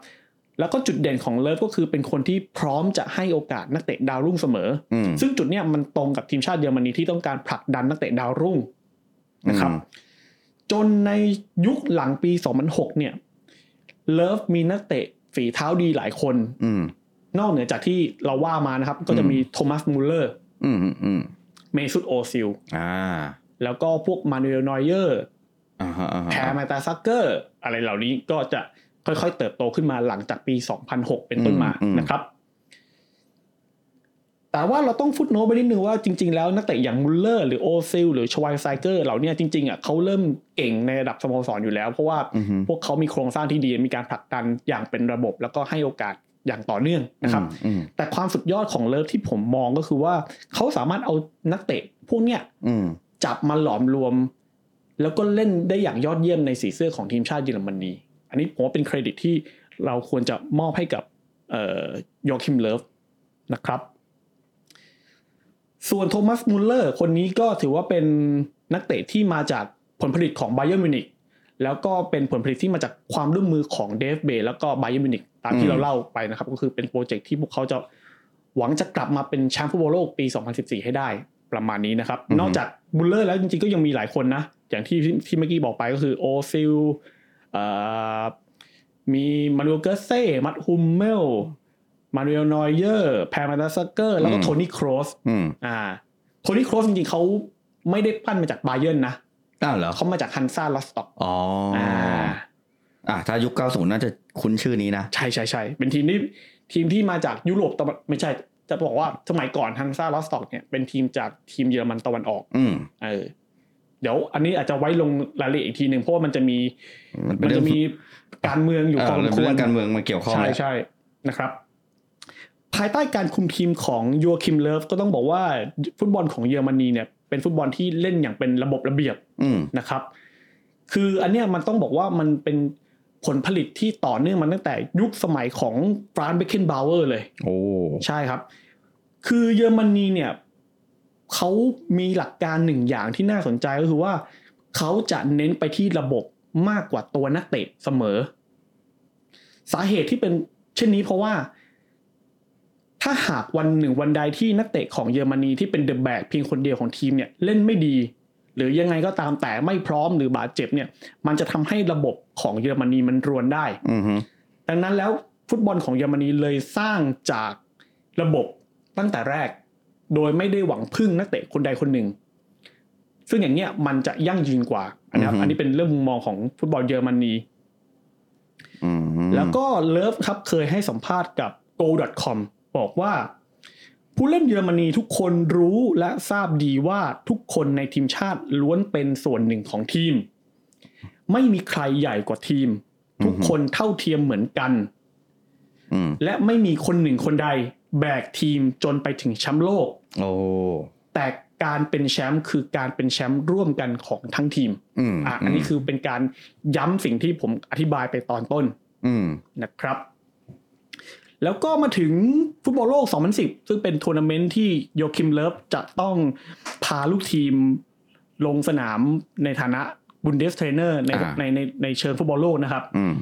S3: แล้วก็จุดเด่นของเลิฟก็คือเป็นคนที่พร้อมจะให้โอกาสนักเตะดาวรุ่งเสมอ
S2: อืม
S3: ซึ่งจุดเนี้ยมันตรงกับทีมชาติเยอรมนีที่ต้องการผลักดันนักเตะดาวรุ่งนะครับ
S2: อืม
S3: จนในยุคหลังปี 2006 เนี่ยเลิฟมีนักเตะฝีเท้าดีหลายคน
S2: อืม
S3: นอกเหนือจากที่เราว่ามานะครับ ก็จะมีโทมัสมูลเลอร์
S2: อืมอืมอืม
S3: เมซุตโอซิล
S2: อ่า
S3: แล้วก็พวกมานูเอลนอยเยอร์
S2: อ่าฮะอ่าฮะ
S3: แพร์มาตาซักเกอร์ อะไรเหล่านี้ก็จะค่อยๆเติบโตขึ้นมาหลังจากปี 2006 เป็นต้นมานะครับ แต่ว่าเราต้องฟุตโนตไปนิดนึงว่าจริง ๆ แล้วนักเตะอย่างมุลเลอร์หรือโอซิลหรือชวายไซเกอร์เหล่าเนี้ยจริงๆอ่ะเขาเริ่มเก่งในระดับสโมสรอยู่แล้ว เพราะว่า
S2: อืมฮึ
S3: พวกเขามีโครงสร้างที่ดีมีการผลักดันอย่างเป็นระบบแล้วก็ให้โอกาสอย่างต่อเนื่องนะครับ
S2: อืม
S3: แต่ความสุดยอดของเลิฟที่ผมมองก็คือว่าเขาสามารถเอานักเตะพวกเนี้ย
S2: อืม
S3: จับมาหลอมรวม แล้วก็เล่นได้อย่างยอดเยี่ยมในสีเสื้อของทีมชาติเยอรมนีอันนี้ผมว่าเป็นเครดิตที่เราควรจะมอบให้กับเอ่อโยคิมเลิฟนะครับ ส่วนโทมัสมุลเลอร์คนนี้ก็ถือว่าเป็นนักเตะที่มาจากผลผลิตของไบเ e r n m นมิวนิกแล้วก็เป็นผลผลิตที่มาจากความร่วมมือของเดฟเบแล้วก็ไบเ e r n m นมิวนิกตามที่เราเล่าไปนะครับ ก็คือเป็นโปรเจกต์ที่พวกเขาจะหวังจะกลับมาเป็นแชมป์ฟุตบอลโลกปี 2014 ให้ได้ประมาณนี้นะครับ นอกจากมุลเลอร์แล้วจริงๆก็ยังมีหลายคนนะ อย่างที่ที่เมื่อกี้บอกไปก็คือโอซิลเอ่อมีมาริโอเกอร์เซ่มัดฮุมเมลมาริโอนอยเยอร์แพร์มาตาซักเกอร์แล้วก็โทนี่โครส
S2: อืม
S3: อ่าโท คนที่โครสจริงๆเขาไม่ได้ปั้นมาจากไบาเยิร์นนะ
S2: อ้าวเหรอ
S3: เขามาจากฮันซ่าลอสต็อก
S2: อ๋ออ่าอ่ะถ้ายุค 90 น่าจะคุ้นชื่อนี้นะ
S3: ใช่ใช่ใช่เป็นทีมที่ทีมที่มาจากยุโรปตะวันไม่ใช่จะบอกว่าสมัยก่อนฮันซ่าลอสต็อกเนี่ยเป็นทีมจากทีมเยอรมันตะวันออก
S2: อืม
S3: เออเดี๋ยวอันนี้อาจจะไว้ลงรายละเอียดอีกทีหนึ่งเพราะว่ามันจะมี
S2: มันเป็
S3: มัน น
S2: เรื่
S3: จะ
S2: อง
S3: มีการเมืองอยู่
S2: เอ่
S3: พอ
S2: อ
S3: สม
S2: มัน
S3: ค
S2: เป็น
S3: ว
S2: เรื่
S3: ร
S2: องการเมืองมาเกี่ยวข้อง
S3: ใช่
S2: แล้ว
S3: ใช่นะครับ ภายใต้การคุมทีมของยูคิมเลฟก็ต้องบอกว่าฟุตบอลของเยอรมนีเนี่ยเป็นฟุตบอลที่เล่นอย่างเป็นระบบระเบียบ
S2: อืม
S3: นะครับ คืออันเนี้ยมันต้องบอกว่ามันเป็นผลผลิตที่ต่อเนื่องมาตั้งแต่ยุคสมัยของฟรานซ์เบคเคนบาวเวอร์เลย
S2: โอ้
S3: ใช่ครับ คือเยอรมนีเนี่ยเขามีหลักการหนึ่งอย่างที่น่าสนใจก็คือว่าเขาจะเน้นไปที่ระบบมากกว่าตัวนักเตะเสมอ สาเหตุที่เป็นเช่นนี้เพราะว่า ถ้าหากวันหนึ่งวันใดที่นักเตะของเยอรมนีที่เป็นเดอะแบกเพียงคนเดียวของทีมเนี่ยเล่นไม่ดี หรือยังไงก็ตามแต่ไม่พร้อมหรือบาดเจ็บเนี่ย มันจะทำให้ระบบของเยอรมนีมันรวนได้
S2: อืมฮึ
S3: ดังนั้นแล้วฟุตบอลของเยอรมนีเลยสร้างจากระบบตั้งแต่แรก โดยไม่ได้หวังพึ่งนักเตะคนใดคนหนึ่ง ซึ่งอย่างเนี้ยมันจะยั่งยืนกว่านะครับอันนี้เป็นเรื่องมุมมองของฟุตบอลเยอรมนี
S2: อืม
S3: แล้วก็เลิฟครับเคยให้สัมภาษณ์กับ go.com บอกว่า ผู้เล่นเยอรมนีทุกคนรู้และทราบดีว่าทุกคนในทีมชาติล้วนเป็นส่วนหนึ่งของทีม ไม่มีใครใหญ่กว่าทีม ทุกคนเท่าเทียมเหมือนกัน
S2: อืม
S3: และไม่มีคนหนึ่งคนใดแบกทีมจนไปถึงแชมป์โลก
S2: โอ้
S3: แต่การเป็นแชมป์คือการเป็นแชมป์ร่วมกันของทั้งทีม
S2: อืม
S3: อ่ะอันนี้คือเป็นการย้ำสิ่งที่ผมอธิบายไปตอนต้น
S2: อืม
S3: นะครับ แล้วก็มาถึงฟุตบอลโลก 2010 ซึ่งเป็นทัวร์นาเมนต์ที่โยคิมเลิฟจะต้องพาลูกทีมลงสนามในฐานะบุนเดสเทรนเนอร์ในในในในเชิงฟุตบอลโลกนะครับ
S2: อืม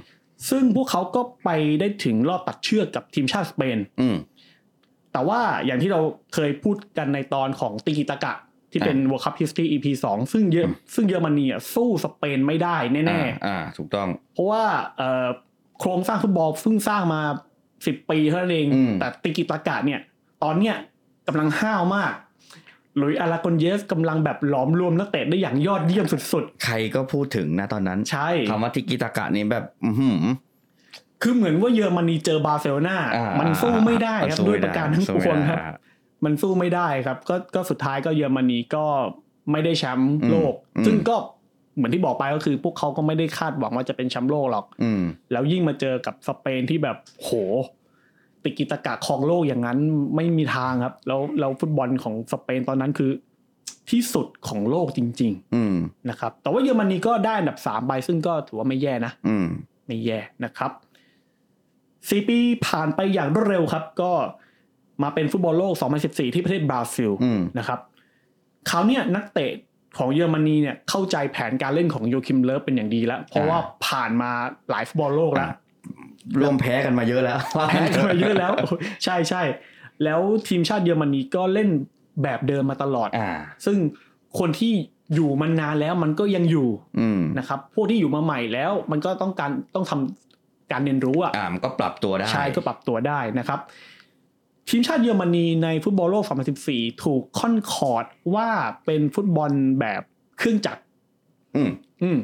S3: ซึ่งพวกเขาก็ไปได้ถึงรอบตัดเชือกกับทีมชาติสเปน
S2: อืม
S3: แต่ว่าอย่างที่เราเคยพูดกันในตอนของติกิตะกะ ที่เป็น World Cup History EP 2 ซึ่งเยอะซึ่งเยอรมนีอ่ะสู้สเปนไม่ได้แน่
S2: อ่าอ่า ถูกต้อง
S3: ๆ เพราะว่าเอ่อโครงสร้างฟุตบอลเพิ่งสร้างมา 10 ปีเท่านั้นเอง
S2: อืม
S3: แต่ติกิตะกะเนี่ย ตอนเนี้ยกำลังห้าวมาก หลุยส์อาราโกอนเยสกำลังแบบหลอมรวมนักเตะได้อย่างยอดเยี่ยมสุด
S2: ใครก็พูดถึงนะตอนนั้น
S3: ๆ ใช่
S2: คำว่าทิกิตากะนี้แบบ อือหือ
S3: คือเหมือนว่าเยอรมนีเจอบาร์เซโลนา
S2: อ่า
S3: มันสู้ไม่ได้ค
S2: มั
S3: รับ
S2: นสู้
S3: ด้ว
S2: ไม่
S3: ย
S2: ได้
S3: ประการทั้ง
S2: สู้
S3: ป
S2: ไม่
S3: วง
S2: ได้
S3: ครับ มันสู้ไม่ได้ครับ ก็ก็สุดท้ายก็เยอรมนีก็ไม่ได้แชมป์โลก
S2: อืม
S3: ซึ่งก็เหมือนที่บอกไปก็คือ พวกเขาก็ไม่ได้คาดหวังว่าจะเป็นแชมป์โลกหรอก
S2: อืม
S3: แล้วยิ่งมาเจอกับสเปนที่แบบโห ติกิตะกะครองโลกอย่างนั้นไม่มีทางครับ แล้วแล้วฟุตบอลของสเปนตอนนั้นคือ ที่สุดของโลกจริง
S2: อืม
S3: ๆ นะครับ แต่ว่าเยอรมนีก็ได้อันดับสามไปซึ่งก็ถือว่าไม่แย่นะ
S2: อืม
S3: ไม่แย่นะครับสี่ปีผ่านไปอย่างรวดเร็วครับ ก็มาเป็นฟุตบอลโลก 2014 ที่ประเทศบราซิล
S2: อืม
S3: นะครับคราวเนี้ยนักเตะของเยอรมนีเนี่ยเข้าใจแผนการเล่นของโยคิมเลิฟเป็นอย่างดีแล้ว เพราะว่าผ่านมาหลายฟุตบอลโลกแล้ว
S2: ร่วมแพ้กันมาเยอะแล้ว
S3: แพ้กันมาเยอะแล้ว <laughs> ใช่ใช่แล้วทีมชาติเยอรมนีก็เล่นแบบเดิมมาตลอด
S2: อ่า
S3: ซึ่งคนที่อยู่มันนานแล้วมันก็ยังอยู่
S2: อืม
S3: นะครับ พวกที่อยู่มาใหม่แล้ว มันก็ต้องการต้องทำการเรียนรู้อะ
S2: อ่า มันก็ปรับตัวได้
S3: ใช่ก็ปรับตัวได้นะครับ ทีมชาติเยอรมนีในฟุตบอลโลก 2014 ถูกค่อนคอร์ดว่าเป็นฟุตบอลแบบเครื่องจักร
S2: อืม
S3: อืม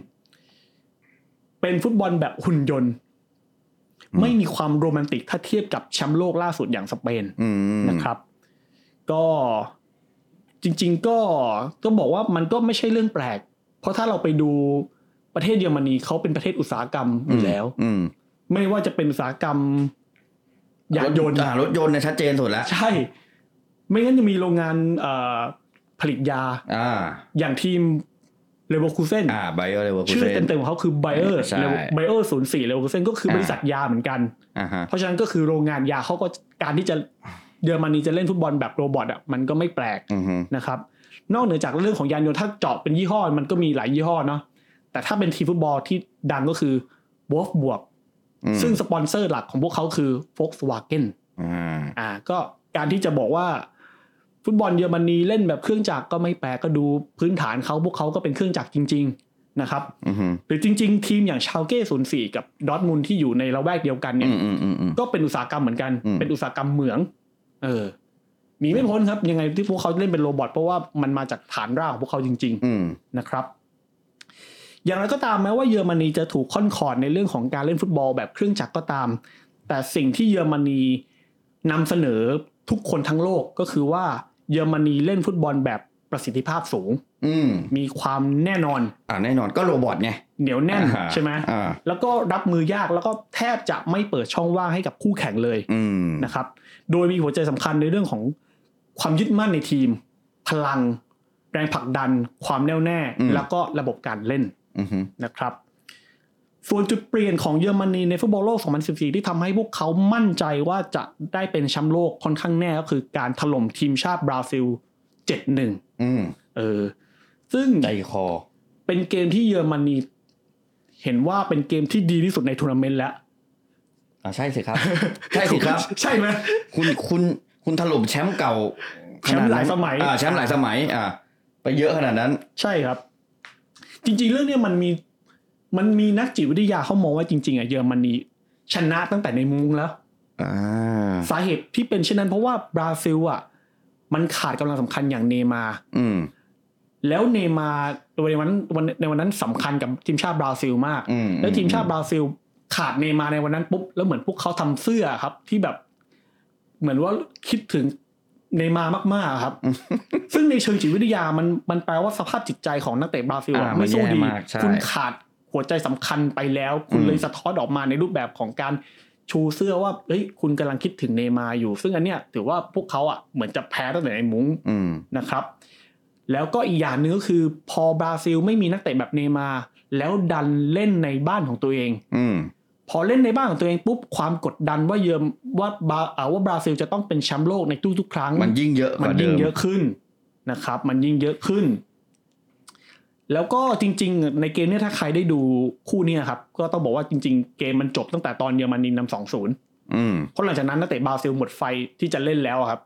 S3: เป็นฟุตบอลแบบหุ่นยนต์
S2: อืม
S3: ไม่มีความโรแมนติกถ้าเทียบกับแชมป์โลกล่าสุดอย่างสเปน
S2: อืม
S3: นะครับ ก็จริง ๆ ก็ก็บอกว่ามันก็ไม่ใช่เรื่องแปลก เพราะถ้าเราไปดูประเทศเยอรมนีเขาเป็นประเทศอุตสาหกรรมอยู่แล้ว
S2: อืม
S3: ไม่ว่าจะเป็นอุตสาหกรรมยานยนต์
S2: อ่ารถยนต์เนี่ยชัดเจนสุดแล้ว
S3: ใช่ ไม่งั้นจะมีโรงงานเอ่อผลิตยา
S2: อ่า
S3: อย่างทีมเลเวอร์คูเซน
S2: อ่าไบโอเลเวอร์คู
S3: ชื่อ
S2: เซน
S3: เต็มๆของเขาคือไบเออร์
S2: ใช่
S3: ไบเออร์ศูนย์สี่เลเวอร์คูเซนก็คือ
S2: อ่า
S3: บริษัทยาเหมือนกัน
S2: อ่าฮะ
S3: เพราะฉะนั้นก็คือโรงงานยาเขาก็การที่จะเยอรมนีจะเล่นฟุตบอลแบบโรบอทอ่ะมันก็ไม่แปลก
S2: อืมฮึ
S3: นะครับ นอกเหนือจากเรื่องของยานยนต์ถ้าเจาะเป็นยี่ห้อ มันก็มีหลายยี่ห้อเนาะแต่ถ้าเป็นทีมฟุตบอลที่ดังก็คือวอฟบวก
S2: อืม
S3: ซึ่งสปอนเซอร์หลักของพวกเขาคือ Volkswagen
S2: อ่า
S3: อ่าก็การที่จะบอกว่า ฟุตบอลเยอรมนีเล่นแบบเครื่องจักรก็ไม่แปลกก็ดูพื้นฐานเขาพวกเขาก็เป็นเครื่องจักรจริง ๆนะครับ
S2: อืมฮึ
S3: หรือจริง ๆ ทีมอย่างชาวเก้ศูนย์สี่กับดอร์ทมุนด์ที่อยู่ในละแวกเดียวกัน
S2: อื
S3: เนี่ย
S2: มอืมอืมอืม
S3: ก็เป็นอุตสาหกรรมเหมือนกัน
S2: อืม
S3: เป็นอุตสาหกรรมเหมือง เออ หนีไม่พ้นครับ ยังไงที่พวกเขาเล่นเป็นโรบอทเพราะว่ามันมาจากฐานรากของพวกเขาจริง ๆ
S2: อืม
S3: นะครับ อย่างไรก็ตามแม้ว่าเยอรมนีจะถูกค่อนขอดในเรื่องของการเล่นฟุตบอลแบบเครื่องจักรก็ตาม แต่สิ่งที่เยอรมนีนำเสนอทุกคนทั้งโลกก็คือว่าเยอรมนีเล่นฟุตบอลแบบประสิทธิภาพสูง
S2: อืม
S3: มีความแน่นอน
S2: อ่าแน่นอนก็โรบอทไง
S3: เหนียวแน่น
S2: อ่า
S3: ใช่ไหม
S2: อ่า
S3: แล้วก็รับมือยากแล้วก็แทบจะไม่เปิดช่องว่างให้กับคู่แข่งเลย
S2: อืม
S3: นะครับ โดยมีหัวใจสำคัญในเรื่องของความยึดมั่นในทีม พลัง แรงผลักดัน ความแน่วแน่ แล้วก็ระบบการเล่น
S2: อือฮึ
S3: นะครับส่วนจุดเปลี่ยนของเยอรมนีในฟุตบอลโลก 2014 ที่ทำให้พวกเขามั่นใจว่าจะได้เป็นแชมป์โลกค่อนข้างแน่ก็คือการถล่มทีมชาติบราซิล 7-1
S2: อืม
S3: เออ ซึ่ง
S2: ใจคอ
S3: เป็นเกมที่เยอรมนี เห็นว่าเป็นเกมที่ดีที่สุดในทัวร์นาเมนต์แล้ว
S2: อ่าใช่สิ
S3: <laughs>
S2: ครับ ใช่สิครับ
S3: ใช่ไหม
S2: คุณคุณคุณถล่มแชมป์เก่า
S3: แชมป์หลายสมัย
S2: อ่าแชมป์หลายสมัย อ่า ไปเยอะขนาดนั้น
S3: ใช่ครับ จริงๆ เรื่องเนี้ยมันมีมันมีนักจิตวิทยาเขามองว่าจริงๆอ่ะเยอรมนีชนะตั้งแต่ในมุ้งแล้ว
S2: อ่า
S3: สาเหตุที่เป็นเช่นนั้นเพราะว่าบราซิลอ่ะมันขาดกำลังสำคัญอย่างเนย์มาร์
S2: อืม
S3: แล้วเนย์มาร์ในวันนั้นวันในวันนั้นสำคัญกับทีมชาติบราซิลมาก
S2: อืม
S3: แล้วทีมชาติบราซิลขาดเนย์มาร์ในวันนั้นปุ๊บแล้วเหมือนพวกเขาทำเสื้อครับ ที่แบบ เหมือนว่าคิดถึงเนย์มาร์มาก
S2: <laughs>
S3: ๆครับ ซึ่งในเชิงจิตวิทยามันมันแปลว่าสภาพจิตใจของนักเตะบราซิลอะ
S2: อ่า
S3: ไม่สู้
S2: มันแย่
S3: ดี
S2: มากใช่
S3: คุณขาดหัวใจสำคัญไปแล้ว คุณ
S2: อืม
S3: เลยสะท้อนออกมาในรูปแบบของการชูเสื้อว่าเฮ้ยคุณกำลังคิดถึงเนย์มาร์อยู่ ซึ่งอันเนี้ยถือว่าพวกเขาอ่ะเหมือนจะแพ้ตั้งแต่ในมุ้ง
S2: อืม
S3: นะครับ แล้วก็อีกอย่างหนึ่งก็คือพอบราซิลไม่มีนักเตะแบบเนย์มาร์แล้วดันเล่นในบ้านของตัวเอง
S2: อืม
S3: พอเล่นในบ้านของตัวเองปุ๊บความกดดันว่าเยิมว่าบราอ่าว่าบราซิลจะต้องเป็นแชมป์โลกในทุกๆครั้ง
S2: มันยิ่งเยอะก
S3: มัน
S2: ว่าเดิ
S3: ยิ่ง
S2: ม
S3: เยอะขึ้นนะครับ มันยิ่งเยอะขึ้น แล้วก็จริง ๆ ในเกมเนี้ยถ้าใครได้ดูคู่เนี้ยครับ ก็ต้องบอกว่าจริง ๆ เกมมันจบตั้งแต่ตอนเยอรมนีนำสองศูนย์
S2: อืม
S3: เพราะหลังจากนั้นนักเตะบราซิลหมดไฟที่จะเล่นแล้วอะครับ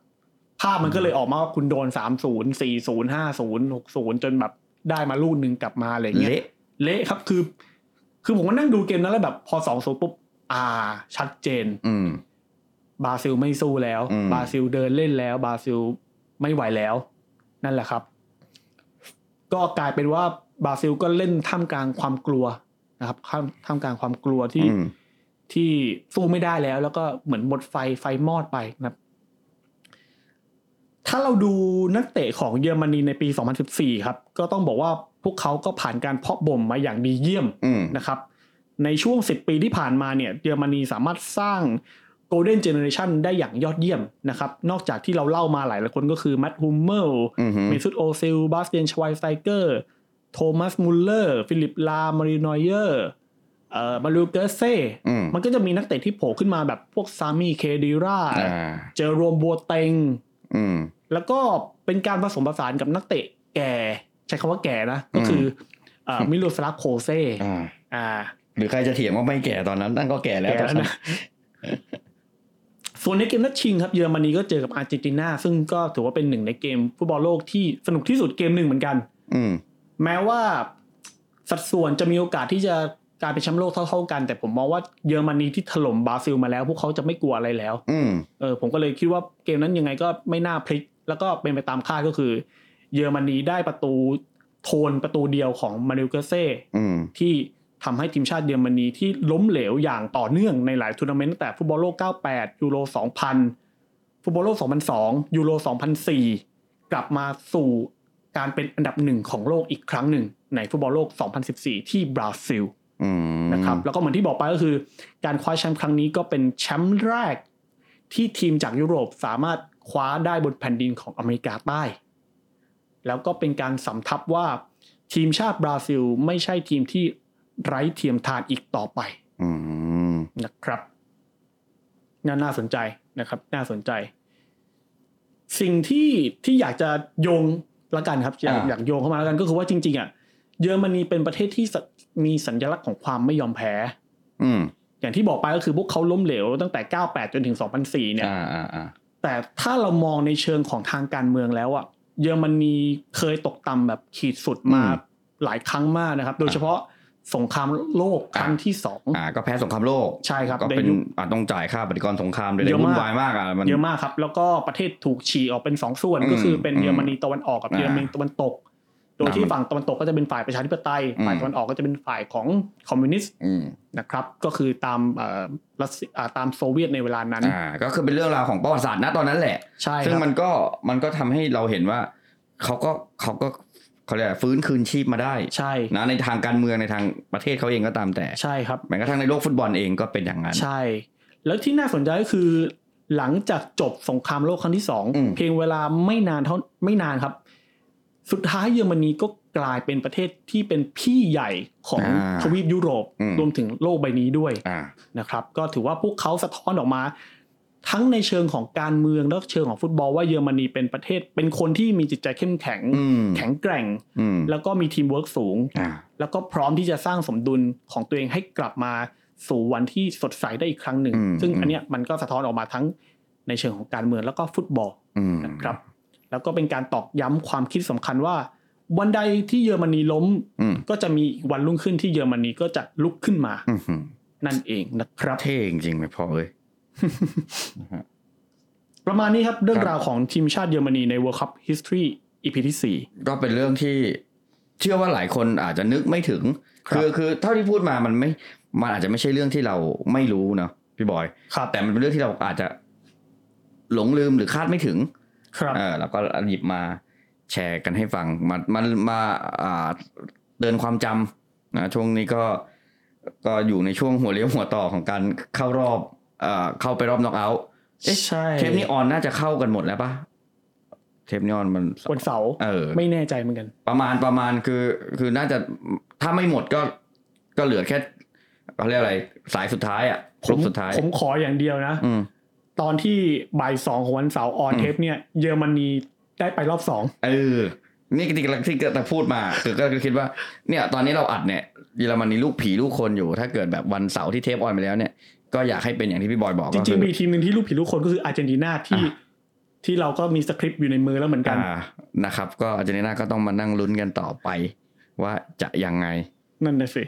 S3: ภาพมันก็เลยออกมาว่าคุณโดนสามศูนย์สี่ศูนย์ห้าศูนย์หกศูนย์จนแบบได้มาลูกหนึ่งกลับมาอะไรอย่างเงี้ย
S2: เละ
S3: เละครับคือ คือผมก็นั่งดูเกมนั้นแล้วแบบพอสองศูนย์ปุ๊บอ่า ชัดเจน
S2: อืม
S3: บราซิลไม่สู้แล้ว
S2: อืม
S3: บราซิลเดินเล่นแล้ว บราซิลไม่ไหวแล้ว นั่นแหละครับ ก็กลายเป็นว่าบราซิลก็เล่นท่ามกลางความกลัวนะครับท่ามท่ามกลางความกลัวที่
S2: อืม
S3: ที่สู้ไม่ได้แล้ว แล้วก็เหมือนหมดไฟไฟมอดไปนะครับ ถ้าเราดูนักเตะของเยอรมนีในปี 2014 ครับ ก็ต้องบอกว่าพวกเขาก็ผ่านการเพาะบ่มมาอย่างดีเยี่ยม
S2: อืม
S3: นะครับในช่วง 10 ปีที่ผ่านมาเนี่ยเยอรมนีสามารถสร้างโกลเด้นเจเนอเรชันได้อย่างยอดเยี่ยมนะครับนอกจากที่เราเล่ามาหลายหลายคนก็คือแมตต์ฮุมเมล
S2: อืม
S3: เมซุตโอซิลบาสเตียนชไวน์สไตเกอร์โทมัสมุลเลอร์ฟิลิปลามารินอยเยอร์เอ่อมาริเกอร์เซ่
S2: อืม
S3: มันก็จะมีนักเตะที่โผล่ขึ้นมาแบบพวกซามีเคดีรา
S2: อ่า
S3: เจอโรวมบัวเต็ง
S2: อืม
S3: แล้วก็เป็นการผสมผสานกับนักเตะแก่ ใช้คำว่าแก่นะก็คือเอ่อมิโลสลาฟโคเซ่
S2: อ่า
S3: อ่า
S2: หรือใครจะเถียงว่าไม่แก่ตอนนั้น นั่นก็แก่แล้ว
S3: แก่แล้วนะ ส่วนในเกมนัดชิงครับเยอรมนีก็เจอกับอาร์เจนตินาซึ่งก็ถือว่าเป็นหนึ่งในเกมฟุตบอลโลกที่สนุกที่สุดเกมหนึ่งเหมือนกัน
S2: อืม
S3: แม้ว่าสัดส่วนจะมีโอกาสที่จะกลายเป็นแชมป์โลกเท่าๆกัน แต่ผมมองว่าเยอรมนีที่ถล่มบราซิลมาแล้ว พวกเขาจะไม่กลัวอะไรแล้ว
S2: อืม
S3: เออผมก็เลยคิดว่าเกมนั้นยังไงก็ไม่น่าพลิก แล้วก็เป็นไปตามคาดก็คือ เยอรมนีได้ประตูโทนประตูเดียวของมาริลเกอร์เซ่
S2: อืม
S3: ที่ทำให้ทีมชาติเยอรมนีที่ล้มเหลวอย่างต่อเนื่องในหลายทัวร์นาเมนต์ตั้งแต่ฟุตบอลโลก 98 ยูโร 2000 ฟุตบอลโลก 2002 ยูโร 2004 กลับมาสู่การเป็นอันดับหนึ่งของโลกอีกครั้งหนึ่ง ในฟุตบอลโลก 2014 ที่บราซิล
S2: อืม
S3: นะครับแล้วก็เหมือนที่บอกไปก็คือ การคว้าแชมป์ครั้งนี้ก็เป็นแชมป์แรก ที่ทีมจากยุโรปสามารถคว้าได้บนแผ่นดินของอเมริกาใต้ แล้วก็เป็นการสำทับว่าทีมชาติบราซิลไม่ใช่ทีมที่ไร้เทียมทานอีกต่อไป
S2: อืม
S3: นะครับน่าน่าสนใจนะครับ น่าสนใจ สิ่งที่ที่อยากจะโยงละกันครับอยาก
S2: อ่า
S3: อยากโยงเข้ามาละกันก็คือว่าจริง ๆอ่ะเยอรมนีเป็นประเทศที่สมีสัญลักษณ์ของความไม่ยอมแพ้
S2: อืม
S3: อย่างที่บอกไปก็คือพวกเขาล้มเหลวตั้งแต่ 98 จนถึง 2004 เนี่ย
S2: อ่าอ่าอ่า
S3: แต่ถ้าเรามองในเชิงของทางการเมืองแล้วอ่ะเยอรมนีเคยตกต่ำแบบขีดสุดมาหลายครั้งมากนะครับ โดยเฉพาะ สงครามโลกครั้งที่สอง
S2: อ่า ก็แพ้สงครามโลก
S3: ใช่ครับ
S2: ก็เป็น
S3: ในยุค
S2: อ่าต้องจ่ายค่าปฏิกรณ์สงครามเลย
S3: เยอะมาก
S2: วุ่นวายมากอ่ะมัน
S3: เยอะมากครับ แล้วก็ประเทศถูกฉีกออกเป็นสองส่วน
S2: อืม
S3: ก็คือเป็น
S2: อืม
S3: เยอรมนีตะวันออกกับ
S2: อ่า
S3: เยอรมนีตะวันตก โดยที่ฝั่งตะวันตกก็จะเป็นฝ่ายประชาธิปไตย
S2: อืม
S3: ฝ่ายตะวันออกก็จะเป็นฝ่ายของคอมมิวนิสต์
S2: อืม
S3: นะครับ ก็คือตามเอ่อรัสเซียอ่าตามโซเวียตในเวลานั้น
S2: อ่า ก็คือเป็นเรื่องราวของประวัติศาสตร์นะตอนนั้นแหละ
S3: ใช่
S2: ซึ่
S3: ค
S2: ง
S3: รับ
S2: มันก็มันก็ทำให้เราเห็นว่าเขาก็เขาก็เขาเรียกอะไรฟื้นคืนชีพมาได้
S3: ใช่
S2: นะในทางการเมืองในทางประเทศเขาเองก็ตามแต่
S3: ใช่ครับ
S2: แม้กระทั่งในโลกฟุตบอลเองก็เป็นอย่างนั้น
S3: ใช่ แล้วที่น่าสนใจก็คือ หลังจากจบสงครามโลกครั้งที่สอง
S2: อืม
S3: เพียงเวลาไม่นานเท่าไม่นานครับ สุดท้ายเยอรมนีก็กลายเป็นประเทศที่เป็นพี่ใหญ่ของ
S2: อ่า
S3: ทวีปยุโรป
S2: อืม
S3: รวมถึงโลกใบนี้ด้วย
S2: อ่า
S3: นะครับ ก็ถือว่าพวกเขาสะท้อนออกมา ทั้งในเชิงของการเมืองและเชิงของฟุตบอลว่าเยอรมนีเป็นประเทศ เป็นคนที่มีจิตใจเข้มแข็ง
S2: อืม
S3: แข็งแกร่ง
S2: อืม
S3: แล้วก็มีทีมเวิร์กสูง
S2: อ่า
S3: แล้วก็พร้อมที่จะสร้างสมดุลของตัวเองให้กลับมาสู่วันที่สดใสได้อีกครั้งหนึ่ง
S2: อืม
S3: ซึ่งอันเนี้ยมันก็สะท้อนออกมาทั้งในเชิงของการเมืองแล้วก็ฟุตบอล
S2: อืม
S3: นะครับ แล้วก็เป็นการตอกย้ำความคิดสำคัญว่า วันใดที่เยอรมนีล้ม
S2: อืม
S3: ก็จะมีอีกวันรุ่งขึ้นที่เยอรมนีก็จะลุกขึ้นมา
S2: อืมอืม
S3: นั่นเองนะครับ
S2: เท่จริงๆไหมพ่อเอ้ย
S3: ประมาณนี้ครับเรื่อง
S2: ครับ
S3: ราวของทีมชาติเยอรมนีใน World Cup History EP ที่
S2: ก็เป็นเรื่องที่เชื่อว่าหลายคนอาจจะนึกไม่ถึง
S3: ครับ
S2: อคือเท่าที่พูดมามันไม่มันอาจจะไม่ใช่เรื่องที่เราไม่รู้เนาะพี่บอย
S3: 4ครับ
S2: แต่มันเป็นเรื่องที่เราอาจจะหลงลืมหรือคาดไม่ถึง
S3: ครับ
S2: เออเราก็หยิบมาแชร์กันให้ฟังมามามาอ่าเดินความจำนะช่วงนี้ก็ก็อยู่ในช่วงหัวเลี้ยวหัวต่อของการเข้ารอบเอ่อเข้าไปรอบน็อกเอาท์เอ๊ะ
S3: ใช่
S2: เทปนี้ออนน่าจะเข้ากันหมดแล้วปะเทปนี้ออนมัน
S3: วันเสาร์
S2: เออ
S3: ไม่แน่ใจเหมือนกัน
S2: ประมาณประมาณคือ คือน่าจะถ้าไม่หมดก็ก็เหลือแค่เขาเรียกอะไร สายสุดท้ายอ่ะครบสุดท้าย
S3: ผมขออย่างเดียวนะ
S2: อืม
S3: ตอนที่บ่ายสองของวันเสาร์ออน
S2: อืม
S3: เทปเนี่ยเยอรมนีได้ไปรอบสอง
S2: เออ นี่ที่กำลังที่กำลังพูดมา คือก็คิดว่า เนี่ย ตอนนี้เราอัดเนี่ยเยอรมนีลูกผีลูกคนอยู่ ถ้าเกิดแบบวันเสาร์ที่เทปออนไปแล้วเนี่ย ก็อยากให้เป็นอย่างที่พี่บอยบอก
S3: จ
S2: ก็
S3: ริ
S2: คื
S3: ง
S2: อ
S3: ๆมีทีมหนึ่งที่ลูกผิดลูกคนก็คืออาร์เจนตินาที่
S2: อ่ะ
S3: ที่เราก็มีสคริปต์อยู่ในมือแล้วเหมือนกัน
S2: อ่านะครับ ก็อาร์เจนติน่าก็ต้องมานั่งลุ้นกันต่อไป ว่าจะยังไง
S3: นั่นนะสิ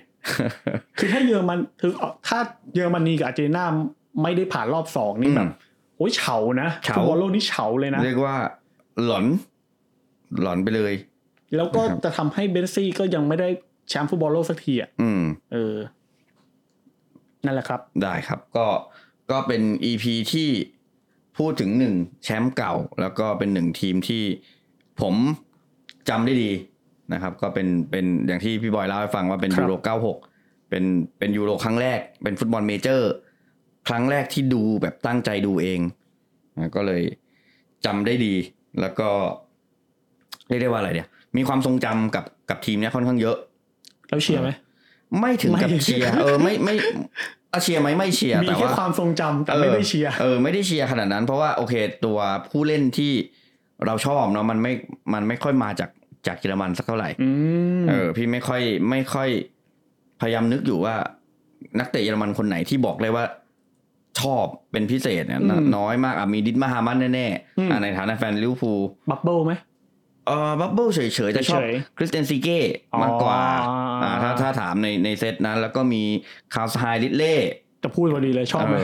S3: คือถ้าเยอรมันคือถ้าเยอรมนีกับอาร์เจนตินาไม่ได้ผ่านรอบสองนี่แบบโอ้ยเฉานะ
S2: เฉา
S3: ฟุตบอลโลกนี่เฉาเลยนะ
S2: เรียกว่าหลอน หลอนไปเลย
S3: แล้วก็
S2: ครับ
S3: จะทำให้เบนซี่ก็ยังไม่ได้แชมป์ฟุตบอลโลกสักทีอ่ะ
S2: อืม
S3: เออ นั่นแหละครับ
S2: ได้ครับก็ก็เป็น EP ที่พูดถึงหนึ่งแชมป์เก่า แล้วก็เป็นหนึ่งทีมที่ผมจำได้ดีนะครับ ก็เป็นเป็นอย่างที่พี่บอยเล่าให้ฟังว่าเป็น
S3: ครับ
S2: ยูโร 96 เป็นเป็นยูโรครั้งแรก เป็นฟุตบอลเมเจอร์ ครั้งแรกที่ดูแบบตั้งใจดูเองนะก็เลยจำได้ดี แล้วก็เรียกได้ว่าอะไรเนี่ย มีความทรงจำกับกับทีมเนี้ยค่อนข้างเยอะ
S3: แล้วเชียร์ไหม
S2: ไม่ถึงกับ
S3: ไม่
S2: เชียร์เออไม่ไม่เอาเชียร์ไหมไม่เชียร์
S3: มี
S2: แต่
S3: แค่
S2: ว่า
S3: ความทรงจำแต่ไม่ได้เชียร์
S2: เออไม่ได้เชียร์ขนาดนั้น เพราะว่าโอเค ตัวผู้เล่นที่เราชอบเนาะมันไม่มันไม่ค่อยมาจากจากเยอรมันสักเท่าไหร่
S3: อืม
S2: เออ พี่ไม่ค่อยไม่ค่อยพยายามนึกอยู่ว่า นักเตะเยอรมันคนไหนที่บอกเลยว่า ชอบเป็นพิเศษเนี่ยนน้อยมากอ่ะมีดิดมาฮามันแน่ๆอ่ะในฐานะแฟนลิเวอร์พูล
S3: บับเบิ้ลไหม
S2: เออบับเบิ้ลเฉยๆแต่ชอบ
S3: เฉย
S2: คริสเตยนซีเก้มากกว่า
S3: อ๋ออ่
S2: ่าถ้าถ้าถามในในเซตนั้น แล้วก็มีคาร์ลสไฮลิดเล่
S3: จะพูดพอดีเลยชอบไหม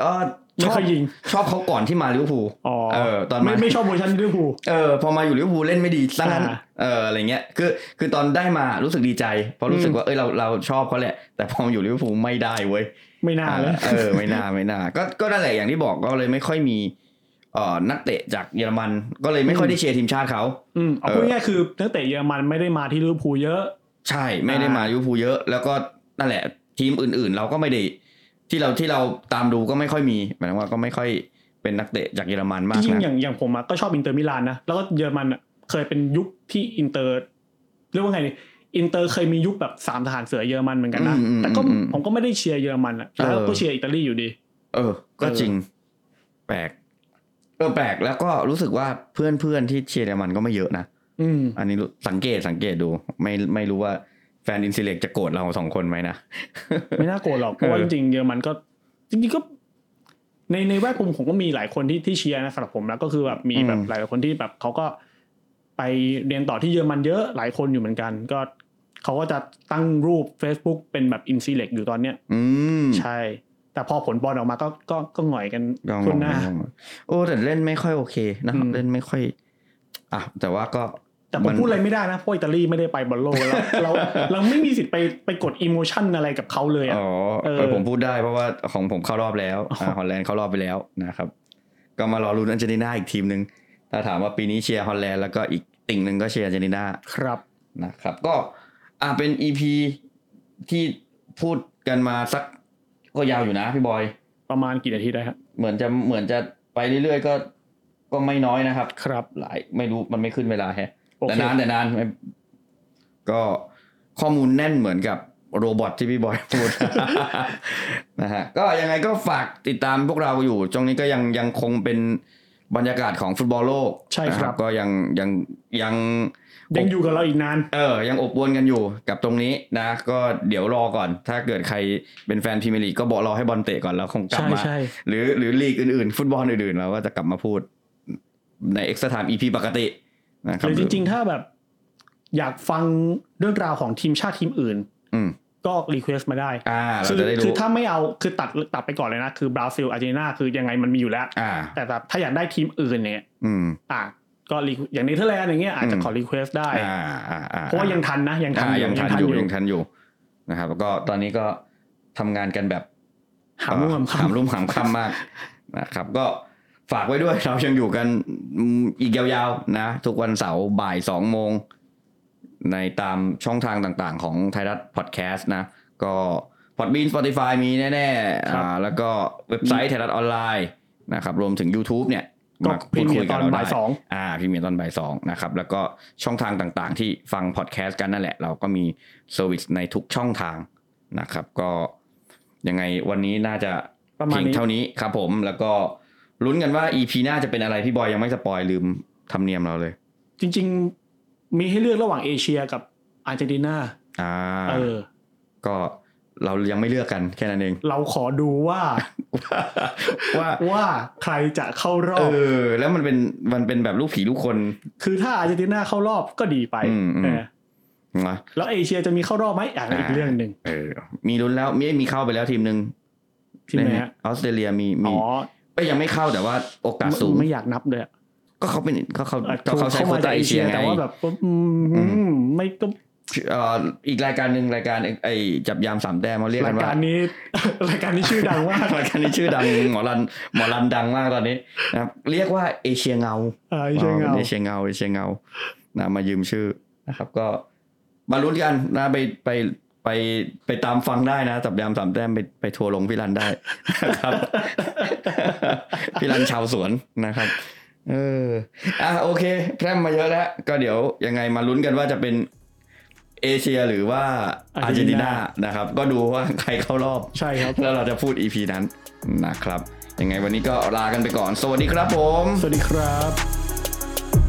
S2: เออ
S3: ไม่
S2: ชอบ
S3: เคยยิง
S2: ชอบเขาก่อนที่มาลิเวอร์พูล
S3: อ๋อ
S2: เออตอน
S3: ไม่
S2: มา
S3: ไม่ชอบเวอร์ชันลิเวอร์พูล
S2: เออพอมาอยู่ลิเวอร์พูลเล่นไม่ดีซะงั้น
S3: อ่า
S2: เอออะไรเงี้ยคือคือตอนได้มารู้สึกดีใจ เพราะรู้สึก
S3: อืม
S2: ว่าเอ้ยเราเราชอบเขาแหละ แต่พอมาอยู่ลิเวอร์พูลไม่ได้เว้ย
S3: ไม่น่าเลย
S2: เออไม่น่าไม่น่าก็ก็นั่นแหละอย่างที่บอกก็เลยไม่ค่อยมีเอ่อนักเตะจากเยอรมัน ก็เลยไม่ค่อยได้เชียร์ทีมชาติเขา
S3: อืมเอา
S2: เออ
S3: พูดง่ายๆคือนักเตะเยอรมันไม่ได้มาที่ลิเวอร์พูลเยอะ
S2: ใช่ไม่ได้
S3: อ่าม
S2: มาลิเวอร์พูลเยอะ แล้วก็นั่นแหละ ทีมอื่น ๆ เราก็ไม่ได้ที่เราที่เราตามดูก็ไม่ค่อยมีหมายถึงว่าก็ไม่ค่อยเป็นนักเตะจากเยอรมัน
S3: จ
S2: มาก
S3: ริงๆอ
S2: นะ
S3: ย่างอย่างผมอะก็ชอบอินเตอร์มิลานนะ แล้วก็เยอรมันอะเคยเป็นยุคที่อินเตอร์เรียกว่าไงดีอินเตอร์เคยมียุคแบบสามทหารเสือเยอรมันเหมือนกันนะ
S2: อืม
S3: แต่ก็
S2: อืม
S3: ผมก็ไม่ได้เชียร์เยอรมันอะ
S2: เออ
S3: แล้วก็เชียร์อิตาลีอยู่ดี
S2: เออ ก็
S3: เออ
S2: จริง แปลก เออ แปลก แล้วก็รู้สึกว่าเพื่อนเพื่อนๆที่เชียร์เยอรมันก็ไม่เยอะนะ
S3: อืม
S2: อันนี้รู้สังเกตสังเกตดู ไม่ไม่รู้ว่าแฟนอินซิเล็กจะโกรธเราสองคนไหมนะ
S3: ไม่น่าโกรธหรอกเพราะว่า
S2: เออ
S3: จริงๆเยอรมันก็จริงๆก็ ในในแวดวงผมก็มีหลายคนที่ที่เชียร์นะสำหรับผมนะก็คือแบบมีแบบหลายคนที่แบบเขาก็ไปเรียนต่อที่เยอรมันเยอะหลายคนอยู่เหมือนกัน ก็ เขาก็จะตั้งรูป Facebook เป็นแบบอินซีเล็กอยู่ตอนเนี้ย
S2: อืม
S3: ใช่ แต่พอผลบอลออกมาก็ก็ก็หงอยกัน
S2: ลอง
S3: คุ
S2: ลอ
S3: ณ
S2: ง
S3: หน้า
S2: ลองโอ้แต่เล่นไม่ค่อยโอเคนะ
S3: อืม
S2: เล่นไม่ค่อยอ่ะแต่ว่าก็
S3: แต่ผม
S2: มัน
S3: พูดอะไรไม่ได้นะเพราะอิตาลีไม่ได้ไปบอลโลกแล้ว <laughs> เราเราไม่มีสิทธิ์ไปไปกดอิโมชันอะไรกับเขาเลยอ่ะ
S2: อ๋อ
S3: เออ
S2: เออผมพูดได้เพราะว่าของผมเข้ารอบแล้วอ่าฮอลแลนด์เข้ารอบไปแล้วนะครับ ก็มารอรุ้นอาร์เจนตินาอีกทีมหนึ่งถ้าถามว่าปีนี้เชียร์ฮอลแลนด์แล้วก็อีกติ่งหนึ่งก็เชียร์อาร์เจนตินา
S3: ครับ
S2: นะครับ ก็อ่าเป็นอีพีที่พูดกันมาสักก็ยาวอยู่นะพี่บอย
S3: ประมาณกี่นาทีได้ครับ
S2: เหมือนจะเหมือนจะไปเรื่อยๆก็ก็ไม่น้อยนะครับ
S3: ครับ
S2: หลายไม่รู้มันไม่ขึ้นเวลาแฮะ
S3: โอเคน
S2: แต่านแต่นานไม่ก็ข้อมูลแน่นเหมือนกับโรบอทที่พี่บอยพูด <laughs> นะฮะก็ยังไงก็ฝากติดตามพวกเราอยู่ตรงนี้ก็ยังยังคงเป็นบรรยากาศของฟุตบอลโลก
S3: ใช่ครับ
S2: นะก็ยังยังยัง
S3: ยังอยู่กับเราอีกนาน
S2: เออ ยังอบอวนกันอยู่กับตรงนี้นะ ก็เดี๋ยวรอก่อน ถ้าเกิดใครเป็นแฟนพรีเมียร์ลีกก็บอกรอให้บอลเตะก่อนแล้วคงกลับ
S3: ใช่
S2: มา
S3: ใช่
S2: หรือหรือลีกอื่นๆ ฟุตบอลอื่นๆ เราก็จะกลับมาพูดในเอ็กซ์ i ท e อีพีปกตินะค
S3: ห
S2: รับ
S3: รือจริงๆ ถ้าแบบ อยากฟังเรื่องราวของทีมชาติทีมอื่น
S2: ๆอืม
S3: ก็รีเควสต์มาได้
S2: อ่า เรา
S3: คื
S2: จะได้
S3: คื
S2: รู้
S3: อถ้าไม่เอาคือตัดตัดไปก่อนเลยนะ คือบราซิลอาร์เจนตินาคือยังไงมันมีอยู่แล้ว
S2: อ่า
S3: แต่แบบถ้าอยากได้ทีมอื่นเนี่ย
S2: อืม
S3: อ่ะก็ request- อย่างเนเธอร์แลนด์อย่างเงี้ยอาจจะ
S2: อืม
S3: ขอรีเควสต์ได้
S2: อ่าอ่าอ่า
S3: เพราะว่ายังทันนะ ยังทัน
S2: อ่า
S3: อยู่
S2: ยังทันอยู่ยังทันอยู่นะครับแล้วก็ตอนนี้ก็ทำงานกันแบบ
S3: หาม่วมค
S2: หามรุ่มหามค่ำมากนะครับ ก็ฝากไว้ด้วยเรายังอยู่กันอืมอีกยาวๆนะ ทุกวันเสาร์บ่ายสองโมง ในตามช่องทางต่างๆ ของไทยรัฐพอดแคสต์นะ ก็พอดบีน Spotify มีแน่ๆอ่าแล้วก็เว็บไซต์ไทยรัฐออนไลน์นะครับ รวมถึง YouTube เนี่ย
S3: ำก็
S2: มา
S3: พรี
S2: พูด
S3: เมี
S2: คุ
S3: ย
S2: ย
S3: ร์ต
S2: กั
S3: อบ น
S2: เรา
S3: บ่า
S2: ได้
S3: ยสอง
S2: อ่าพรีเมียร์ตอนบ่ายสองนะครับ แล้วก็ช่องทางต่างๆ ที่ฟังพอดแคสต์กันนั่นแหละ เราก็มีเซอร์วิสในทุกช่องทางนะครับ ก็ยังไงวันนี้น่าจะ
S3: ประมาณ
S2: เพียง
S3: นี้
S2: เท่านี้ครับผมแล้วก็ลุ้นกันว่า EP หน้าจะเป็นอะไรพี่บอยยังไม่สปอยลืมทำเนียมเราเลย
S3: จริง ๆ มีให้เลือกระหว่างเอเชียกับอาร์เจนตินา
S2: อ่า
S3: เออ
S2: ก็เรายังไม่เลือกกันแค่
S3: <laughs>
S2: นั้นเอง
S3: เราขอดูว่า
S2: ว่า
S3: ว่าใครจะเข้ารอ
S2: เอบ อ แล้วมันเป็นมันเป็นแบบลูกผีลูกคน
S3: คือถ้าอาร์เจนตินาเข้ารอบก็ดีไป
S2: อืมอืม
S3: เออ
S2: นะ
S3: แล้วเอเชียจะมีเข้ารอบไหมอ่ะอีกเรื่องหนึ่ง
S2: เออ มีลุ้นแล้วมีมีเข้าไปแล้วทีมหนึ่ง
S3: ทีมไหนฮะ
S2: ออสเตรเลียมี
S3: อ๋
S2: มี
S3: อ
S2: เอ้ยยังไม่เข้าแต่ว่าโอกาสสูง
S3: ไม่อยากนับเลยอะ
S2: ก็เขาเป็นก็เขา
S3: เออ
S2: ก็เขาใช้โคว
S3: จ
S2: ต้าเอเชียไง
S3: แต่ว่าแบบอื
S2: อื
S3: มไม่ก็
S2: เอ่ออีกรายการหนึ่งรายการไอ้ไอจับยามสามแต้มเขาเรียกกั
S3: ราย
S2: นว่า
S3: การนี้ <laughs> รายการนี้ชื่อดัง
S2: <laughs>
S3: มาก
S2: รายการนี้ชื่อดังหมอรันหมอรันดังมากตอนนี้นะครับเรียกว่าเอเชียเงา
S3: เออชื่อเงา
S2: เอเชียเงาเอเชียเงานะมายืมชื่อนะครับ ก็มาลุ้นกันนะไปไปไปไปตามฟังได้นะจับยามสามแต้มไปไปทัวร์ลงพี่รันได้ <laughs> นะครับ พี่รันชาวสวนนะครับ เอออ่ะโอเคแพร่มมาเยอะแล้ว ก็เดี๋ยวยังไงมาลุ้นกันว่าจะเป็นเอเชียหรือว่าอาร์เจนตินานะครับ ก็ดูว่าใครเข้ารอบ
S3: ใช่ครับ
S2: แล้วเราจะพูด EP นั้นนะครับ ยังไงวันนี้ก็ลากันไปก่อน สวัสดีครับผม
S3: สวัสดีครับ